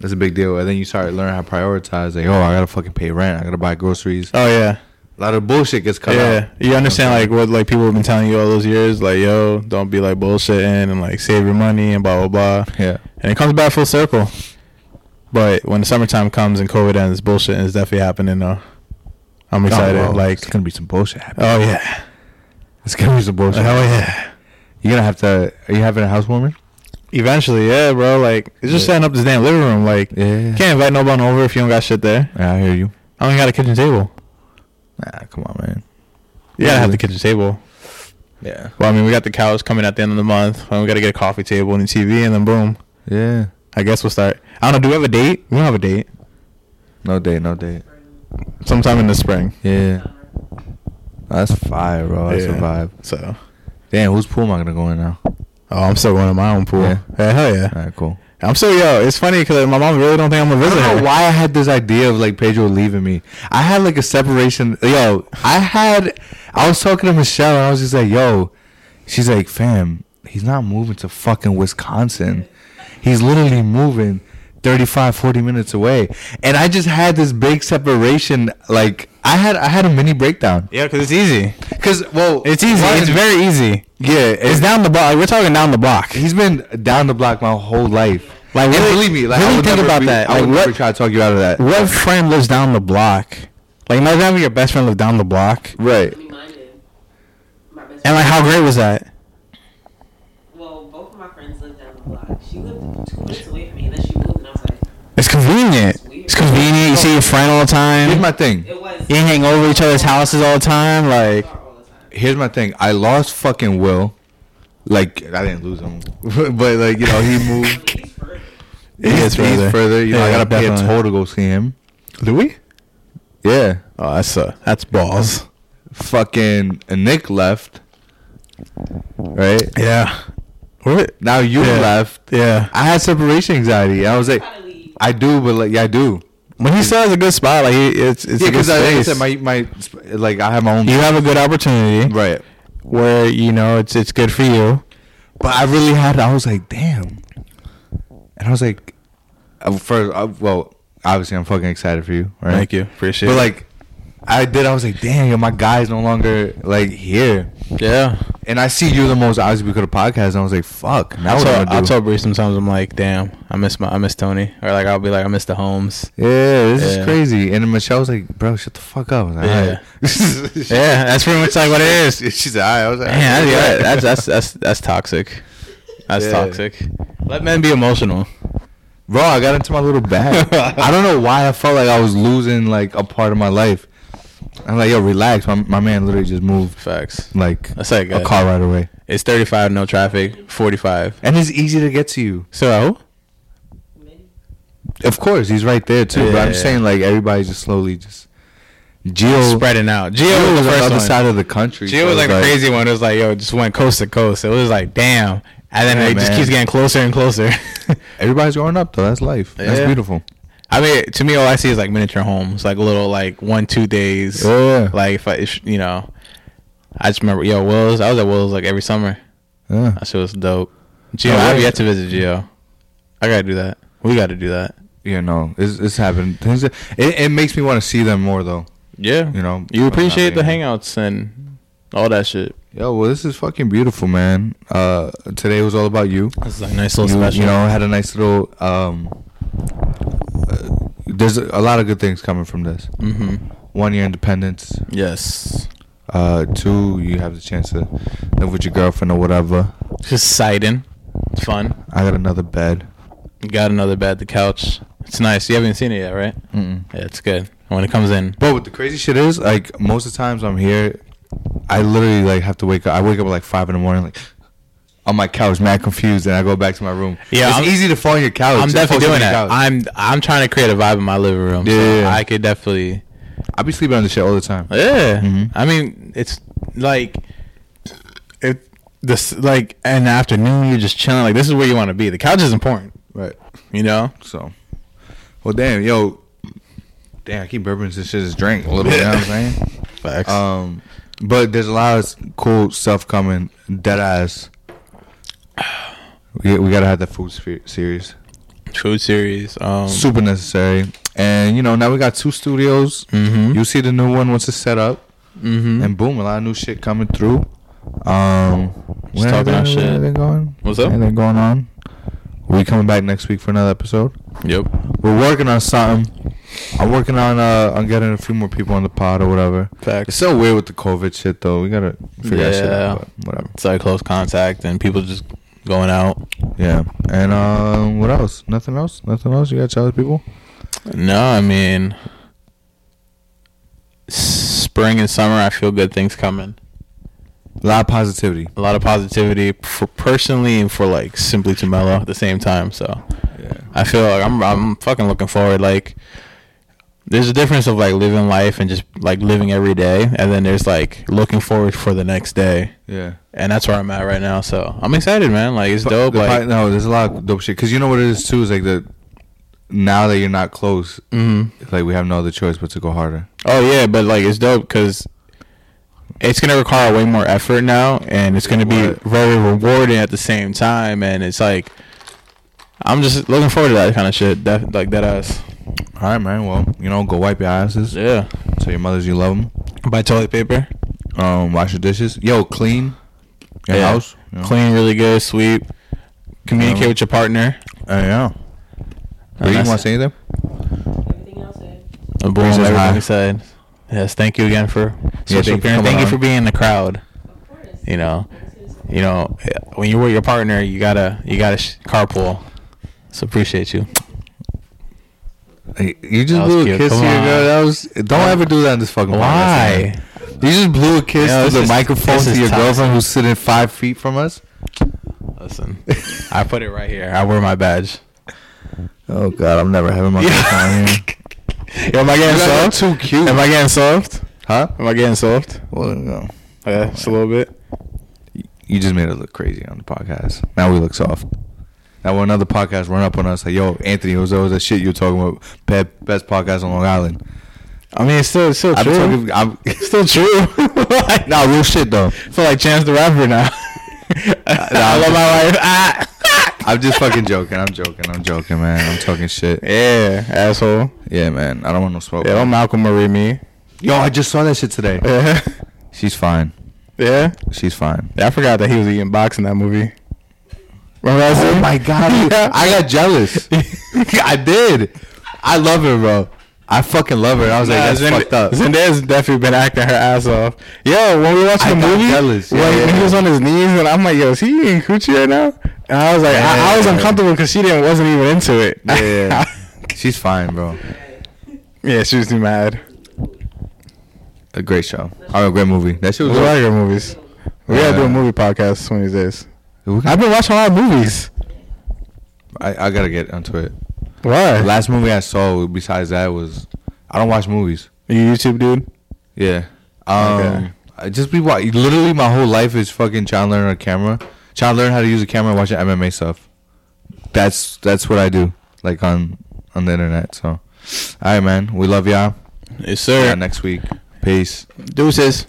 Speaker 2: that's a big deal. And then you start learning how to prioritize. Like, oh, I gotta fucking pay rent. I gotta buy groceries.
Speaker 1: Oh yeah,
Speaker 2: A lot of bullshit gets cut
Speaker 1: yeah.
Speaker 2: out.
Speaker 1: You understand like what like people have been telling you all those years, like yo, don't be like bullshitting and like save your money and blah blah blah.
Speaker 2: Yeah.
Speaker 1: And it comes back full circle. But when the summertime comes and COVID ends, bullshit is definitely happening though. I'm excited.
Speaker 2: Oh, well,
Speaker 1: like
Speaker 2: it's gonna be some bullshit. Happening.
Speaker 1: oh yeah,
Speaker 2: It's gonna be some bullshit.
Speaker 1: oh yeah.
Speaker 2: You're gonna have to. Are you having a housewarming?
Speaker 1: Eventually, yeah, bro. Like it's just
Speaker 2: Yeah.
Speaker 1: setting up this damn living room. Like
Speaker 2: Yeah.
Speaker 1: can't invite nobody over if you don't got shit there.
Speaker 2: Yeah, I hear you.
Speaker 1: I only got a kitchen table.
Speaker 2: Nah, come on, man.
Speaker 1: You gotta have the kitchen table.
Speaker 2: Yeah.
Speaker 1: Well, I mean, we got the couch coming at the end of the month, and we got to get a coffee table and a TV, and then boom.
Speaker 2: Yeah.
Speaker 1: I guess we'll start. I don't know. Do we have a date? We don't have a date.
Speaker 2: No date, no date.
Speaker 1: Sometime in the spring.
Speaker 2: Yeah.
Speaker 3: Summer.
Speaker 2: That's fire, bro. That's a
Speaker 1: Yeah.
Speaker 2: vibe.
Speaker 1: So,
Speaker 2: Damn, whose pool am I gonna go in now?
Speaker 1: oh, I'm still going to my own pool.
Speaker 2: Yeah.
Speaker 1: Yeah. hell yeah.
Speaker 2: Alright, cool.
Speaker 1: I'm still yo. It's funny because my mom really don't think I'm gonna
Speaker 2: I
Speaker 1: visit
Speaker 2: don't
Speaker 1: her.
Speaker 2: know why I had this idea of like Pedro leaving me. I had like a separation. Yo, I had. I was talking to Michelle and I was just like, yo, she's like, fam, he's not moving to fucking Wisconsin. He's literally moving 35, 40 minutes away. And I just had this big separation. Like, I had I had a mini breakdown.
Speaker 1: Yeah, because it's easy.
Speaker 2: Cause well,
Speaker 1: It's easy.
Speaker 2: one-
Speaker 1: It's very easy.
Speaker 2: yeah. It's
Speaker 1: It's
Speaker 2: down.
Speaker 1: down the block. Like, we're talking down the block.
Speaker 2: He's been down the block my whole life.
Speaker 1: Like,
Speaker 2: And
Speaker 1: really-
Speaker 2: believe me, like I
Speaker 1: really
Speaker 2: would
Speaker 1: think
Speaker 2: never
Speaker 1: about
Speaker 2: be-
Speaker 1: that.
Speaker 2: I would
Speaker 1: Like, what-
Speaker 2: never try to talk you out of that.
Speaker 1: What friend lives down the block? Like, imagine having your best friend live down the block.
Speaker 2: Right.
Speaker 3: Me, mine did. My best
Speaker 1: And like, how
Speaker 3: friend-
Speaker 1: great was that?
Speaker 3: Well, both of my friends lived down the block. She lived two minutes away from me, and then she moved, and I was like,
Speaker 1: It's convenient. It's convenient. You see your friend all the time.
Speaker 2: Here's my thing.
Speaker 3: it was.
Speaker 1: You ain't hang over each other's houses all the time, like
Speaker 3: All the time.
Speaker 2: Here's my thing. I lost fucking Will. Like I didn't lose him, *laughs* but like you know he
Speaker 1: *laughs*
Speaker 2: moved. *laughs*
Speaker 3: But he's further.
Speaker 1: He gets further.
Speaker 2: You know I
Speaker 1: Yeah,
Speaker 2: gotta pay
Speaker 1: definitely.
Speaker 2: a toll to go see him.
Speaker 1: do we?
Speaker 2: Yeah.
Speaker 1: Oh, that's uh, that's balls.
Speaker 2: Fucking uh, Nick left. Right
Speaker 1: Yeah. What?
Speaker 2: now you
Speaker 1: Yeah.
Speaker 2: left.
Speaker 1: Yeah.
Speaker 2: I had separation anxiety. I was like,
Speaker 3: How do we-
Speaker 2: I do, but like yeah, I do.
Speaker 1: When he still has a good spot, like he, it's it's
Speaker 2: Yeah,
Speaker 1: a good
Speaker 2: because I, like I
Speaker 1: space.
Speaker 2: said my my sp- like I have my own.
Speaker 1: you have a good
Speaker 2: *laughs*
Speaker 1: opportunity
Speaker 2: right.
Speaker 1: where you know it's it's good for you.
Speaker 2: But I really had. I was like, damn. And I was like, uh, first, uh, well, obviously, I'm fucking excited for you, right?
Speaker 1: you, appreciate.
Speaker 2: But like, I did. I was like, damn, my guy's no longer like here.
Speaker 1: Yeah.
Speaker 2: And I see you the most obviously because of the podcast. And I was like, fuck. Now
Speaker 1: I
Speaker 2: what
Speaker 1: tell,
Speaker 2: am I
Speaker 1: I
Speaker 2: gonna do?
Speaker 1: tell Bree sometimes I'm like, damn, I miss my, I miss Tony, or like I'll be like, I miss the *laughs* homes.
Speaker 2: yeah, this
Speaker 1: Yeah.
Speaker 2: is crazy. And then Michelle was like, bro, shut the fuck up. I was like,
Speaker 1: Yeah.
Speaker 2: "Alright."
Speaker 1: *laughs* Yeah, that's pretty much like what it is.
Speaker 2: *laughs* She's like, all right. I was like,
Speaker 1: Man,
Speaker 2: "Alright." *laughs*
Speaker 1: that's, that's that's that's that's toxic. That's
Speaker 2: Yeah.
Speaker 1: toxic. Let men be emotional.
Speaker 2: Bro, I got into my little
Speaker 1: *laughs*
Speaker 2: bag. I don't know why I felt like I was losing like a part of my life. I'm like, yo, relax. My, my man literally just moved
Speaker 1: Facts.
Speaker 2: like
Speaker 1: That's like
Speaker 2: a car ride away,
Speaker 1: It's 35, no traffic. 45.
Speaker 2: and it's easy to get to you.
Speaker 1: So
Speaker 3: Many-
Speaker 2: Of course, he's right there too. but I'm
Speaker 1: Yeah.
Speaker 2: just saying, like everybody's just slowly just. Geo
Speaker 1: spreading out. Geo
Speaker 2: Geo
Speaker 1: was
Speaker 2: was
Speaker 1: the
Speaker 2: on the
Speaker 1: first
Speaker 2: other
Speaker 1: one.
Speaker 2: side of the country.
Speaker 1: Geo
Speaker 2: so
Speaker 1: was
Speaker 2: it's
Speaker 1: like a crazy one. It was like yo, just went coast to coast. It was like damn, and then
Speaker 2: Yeah,
Speaker 1: it just
Speaker 2: man.
Speaker 1: keeps getting closer and closer. *laughs*
Speaker 2: Everybody's growing up though. That's life. That's
Speaker 1: Yeah.
Speaker 2: beautiful.
Speaker 1: I mean, to me, all I see is like miniature homes, like little like one two days.
Speaker 2: Yeah.
Speaker 1: Like if I, if, you know, I just remember yo Will's. I was at Will's like every summer.
Speaker 2: Yeah.
Speaker 1: That shit was dope. Geo,
Speaker 2: Oh,
Speaker 1: I've
Speaker 2: yeah.
Speaker 1: yet to visit Geo. I gotta do that. We gotta do that.
Speaker 2: You know, it's it's happened. Things- It, it makes me want to see them more though.
Speaker 1: Yeah,
Speaker 2: You know,
Speaker 1: you appreciate the
Speaker 2: Yeah.
Speaker 1: hangouts and all that shit.
Speaker 2: Yo, well, this is fucking beautiful, man. Uh, today was all about you.
Speaker 1: It's like nice little
Speaker 2: you,
Speaker 1: special.
Speaker 2: you know, had a nice little. Um, uh, there's a, a lot of good things coming from this.
Speaker 1: hmm
Speaker 2: One, your independence.
Speaker 1: Yes.
Speaker 2: Uh, two, you have the chance to live with your girlfriend or whatever.
Speaker 1: Just sighting. It's fun.
Speaker 2: I got another bed.
Speaker 1: Got another bed, the couch. It's nice. You haven't seen it yet, right?
Speaker 2: Mm-mm.
Speaker 1: Yeah, it's good. When it comes in.
Speaker 2: But what the crazy shit is, like most of the times I'm here, I literally like have to wake up. I wake up at like five in the morning, like on my couch, mad confused, and I go back to my room.
Speaker 1: Yeah,
Speaker 2: it's
Speaker 1: I'm-
Speaker 2: easy to fall on your couch.
Speaker 1: I'm
Speaker 2: It's
Speaker 1: definitely
Speaker 2: supposed
Speaker 1: doing
Speaker 2: to be
Speaker 1: that.
Speaker 2: couch.
Speaker 1: I'm I'm trying to create a vibe in my living room. so
Speaker 2: Yeah.
Speaker 1: I could definitely
Speaker 2: I be sleeping on this shit all the time.
Speaker 1: Yeah.
Speaker 2: Mhm.
Speaker 1: I mean, it's like it this like in the afternoon you're just chilling, like this is where you want to be. The couch is important.
Speaker 2: Right.
Speaker 1: You know?
Speaker 2: So, well, damn, yo, damn, I keep burping this shit. Just drink a little. bit, you know what I'm saying?
Speaker 1: *laughs* Facts.
Speaker 2: Um, but there's a lot of s- cool stuff coming. Dead ass. We, we gotta have that food spe- series.
Speaker 1: Food series. Um
Speaker 2: Super necessary. And you know now we got two studios.
Speaker 1: Mhm.
Speaker 2: You'll see the new one once it's set up,
Speaker 1: mhm.
Speaker 2: and boom, a lot of new shit coming through. Um,
Speaker 1: Just talking our shit.
Speaker 2: They going?
Speaker 1: What's up?
Speaker 2: Anything going on? We coming back next week for another episode.
Speaker 1: Yep.
Speaker 2: We're working on something. I'm working on uh on getting a few more people on the pod or whatever. It's
Speaker 1: Facts.
Speaker 2: so weird with the COVID shit though. We gotta figure that shit
Speaker 1: Yeah.
Speaker 2: out. But whatever.
Speaker 1: It's like close contact and people just going out.
Speaker 2: Yeah. And um, what else? Nothing else? Nothing else? You got to other people?
Speaker 1: No, I mean, spring and summer, I feel good things coming.
Speaker 2: A lot of positivity.
Speaker 1: A lot of positivity for personally and for like simply to mellow at the same time. So
Speaker 2: Yeah.
Speaker 1: I feel like I'm I'm fucking looking forward. Like there's a difference of like living life and just like living every day, and then there's like looking forward for the next day,
Speaker 2: Yeah.
Speaker 1: and that's where I'm at right now. So I'm excited, man. Like it's dope.
Speaker 2: The
Speaker 1: Like
Speaker 2: pod- no, there's a lot of dope shit. Cause you know what it is too is like the now that you're not close,
Speaker 1: Mhm.
Speaker 2: it's like we have no other choice but to go harder.
Speaker 1: Oh yeah, but like it's dope because it's gonna require way more effort now, and it's gonna be
Speaker 2: Right.
Speaker 1: very rewarding at the same time. And it's like I'm just looking forward to that kind of shit, that, like that ass.
Speaker 2: All right, man. Well, you know, go wipe your asses.
Speaker 1: Yeah,
Speaker 2: So your mothers, you love them.
Speaker 1: buy toilet paper,
Speaker 2: Um, wash your dishes. Yo, clean your
Speaker 1: Yeah.
Speaker 2: house. you know?
Speaker 1: clean really good, sweep, communicate
Speaker 2: Yeah.
Speaker 1: with your partner.
Speaker 2: Uh, yeah. Bree, you
Speaker 1: that's-
Speaker 2: want to say anything?
Speaker 3: Everything else, eh?
Speaker 1: And boom,
Speaker 2: Brings us
Speaker 1: everything
Speaker 2: high.
Speaker 1: you said. Yes, thank you again for
Speaker 2: Yeah, thank
Speaker 1: social
Speaker 2: you for
Speaker 1: appearance.
Speaker 2: coming
Speaker 1: Thank you
Speaker 2: on.
Speaker 1: for being in the crowd.
Speaker 3: Of course.
Speaker 1: You know,
Speaker 3: Thanks for the
Speaker 1: you know, when you're with your partner, you gotta you gotta sh- carpool. So appreciate you.
Speaker 2: Hey, You
Speaker 1: That
Speaker 2: just
Speaker 1: was
Speaker 2: blew
Speaker 1: cute.
Speaker 2: a kiss
Speaker 1: Come
Speaker 2: to your
Speaker 1: on.
Speaker 2: girl. That was. Don't ever do that in this fucking. podcast,
Speaker 1: Why?
Speaker 2: man. You just blew a kiss
Speaker 1: Yo,
Speaker 2: to
Speaker 1: this
Speaker 2: the
Speaker 1: is-
Speaker 2: microphone
Speaker 1: this
Speaker 2: to
Speaker 1: is
Speaker 2: your
Speaker 1: toxic.
Speaker 2: girlfriend who's sitting five feet from us.
Speaker 1: Listen, *laughs* I put it right here. I wear my badge.
Speaker 2: Oh God, I'm never having
Speaker 1: *laughs*
Speaker 2: my girlfriend here.
Speaker 1: Yo, am I
Speaker 2: You
Speaker 1: getting soft?
Speaker 2: guys are too cute.
Speaker 1: Am I getting soft?
Speaker 2: *laughs* Huh?
Speaker 1: Am I getting soft?
Speaker 2: Well, no.
Speaker 1: Yeah, just a little bit.
Speaker 2: You just made it look crazy on the podcast. Now we look soft. Now when another podcast run up on us like, "Yo, Anthony, it was always that shit you were talking about. Pe- best podcast on Long Island."
Speaker 1: I mean, it's still it's still
Speaker 2: I'm
Speaker 1: true.
Speaker 2: talking. I'm *laughs*
Speaker 1: It's *laughs* still true. like,
Speaker 2: nah, real shit though.
Speaker 1: I feel like Chance the Rapper now. *laughs* I love my life. Ah.
Speaker 2: I'm just fucking joking. I'm joking. I'm joking, man. I'm talking shit.
Speaker 1: *laughs* Yeah, asshole.
Speaker 2: Yeah, man. I don't want no smoke.
Speaker 1: Yeah, don't Malcolm Marie me.
Speaker 2: Yo, I just saw that shit today.
Speaker 1: *laughs* Yeah.
Speaker 2: She's fine.
Speaker 1: Yeah.
Speaker 2: She's fine.
Speaker 1: Yeah, I forgot that he was eating box in that movie. Remember that
Speaker 2: Oh
Speaker 1: scene?
Speaker 2: my god,
Speaker 1: *laughs*
Speaker 2: dude, I got jealous. *laughs* I did. I love her, bro. I fucking love her. I was like,
Speaker 1: Nah,
Speaker 2: that's
Speaker 1: Zend-
Speaker 2: fucked up.
Speaker 1: Zendaya's definitely been acting her ass off. Yo, when we watched
Speaker 2: I
Speaker 1: the
Speaker 2: got
Speaker 1: movie,
Speaker 2: jealous. Yeah,
Speaker 1: when
Speaker 2: yeah,
Speaker 1: when he
Speaker 2: yeah.
Speaker 1: was on his knees, and I'm like, yo, is he eating coochie right now? And I was like, I, I was
Speaker 2: Yeah.
Speaker 1: uncomfortable because she didn't wasn't even into it.
Speaker 2: Yeah. She's fine, bro.
Speaker 1: *laughs* yeah, she was too mad.
Speaker 2: A great show. Oh, a great movie. That shit
Speaker 1: We
Speaker 2: was.
Speaker 1: like
Speaker 2: dope.
Speaker 1: your movies. We gotta do a
Speaker 2: Yeah.
Speaker 1: movie podcast one of these days.
Speaker 2: We
Speaker 1: I've
Speaker 2: can-
Speaker 1: been watching a lot of movies.
Speaker 2: I, I gotta get onto it.
Speaker 1: Why?
Speaker 2: The last movie I saw besides that was I don't watch movies.
Speaker 1: you YouTube dude?
Speaker 2: Yeah. Um,
Speaker 1: Okay.
Speaker 2: I just be watch. Literally, my whole life is fucking trying to learn a camera, trying to learn how to use a camera, and watching MMA stuff. That's that's what I do, like on on the internet. So, all right, man. We love y'all.
Speaker 1: Yes,
Speaker 2: See ya Next week. Peace.
Speaker 1: Deuces.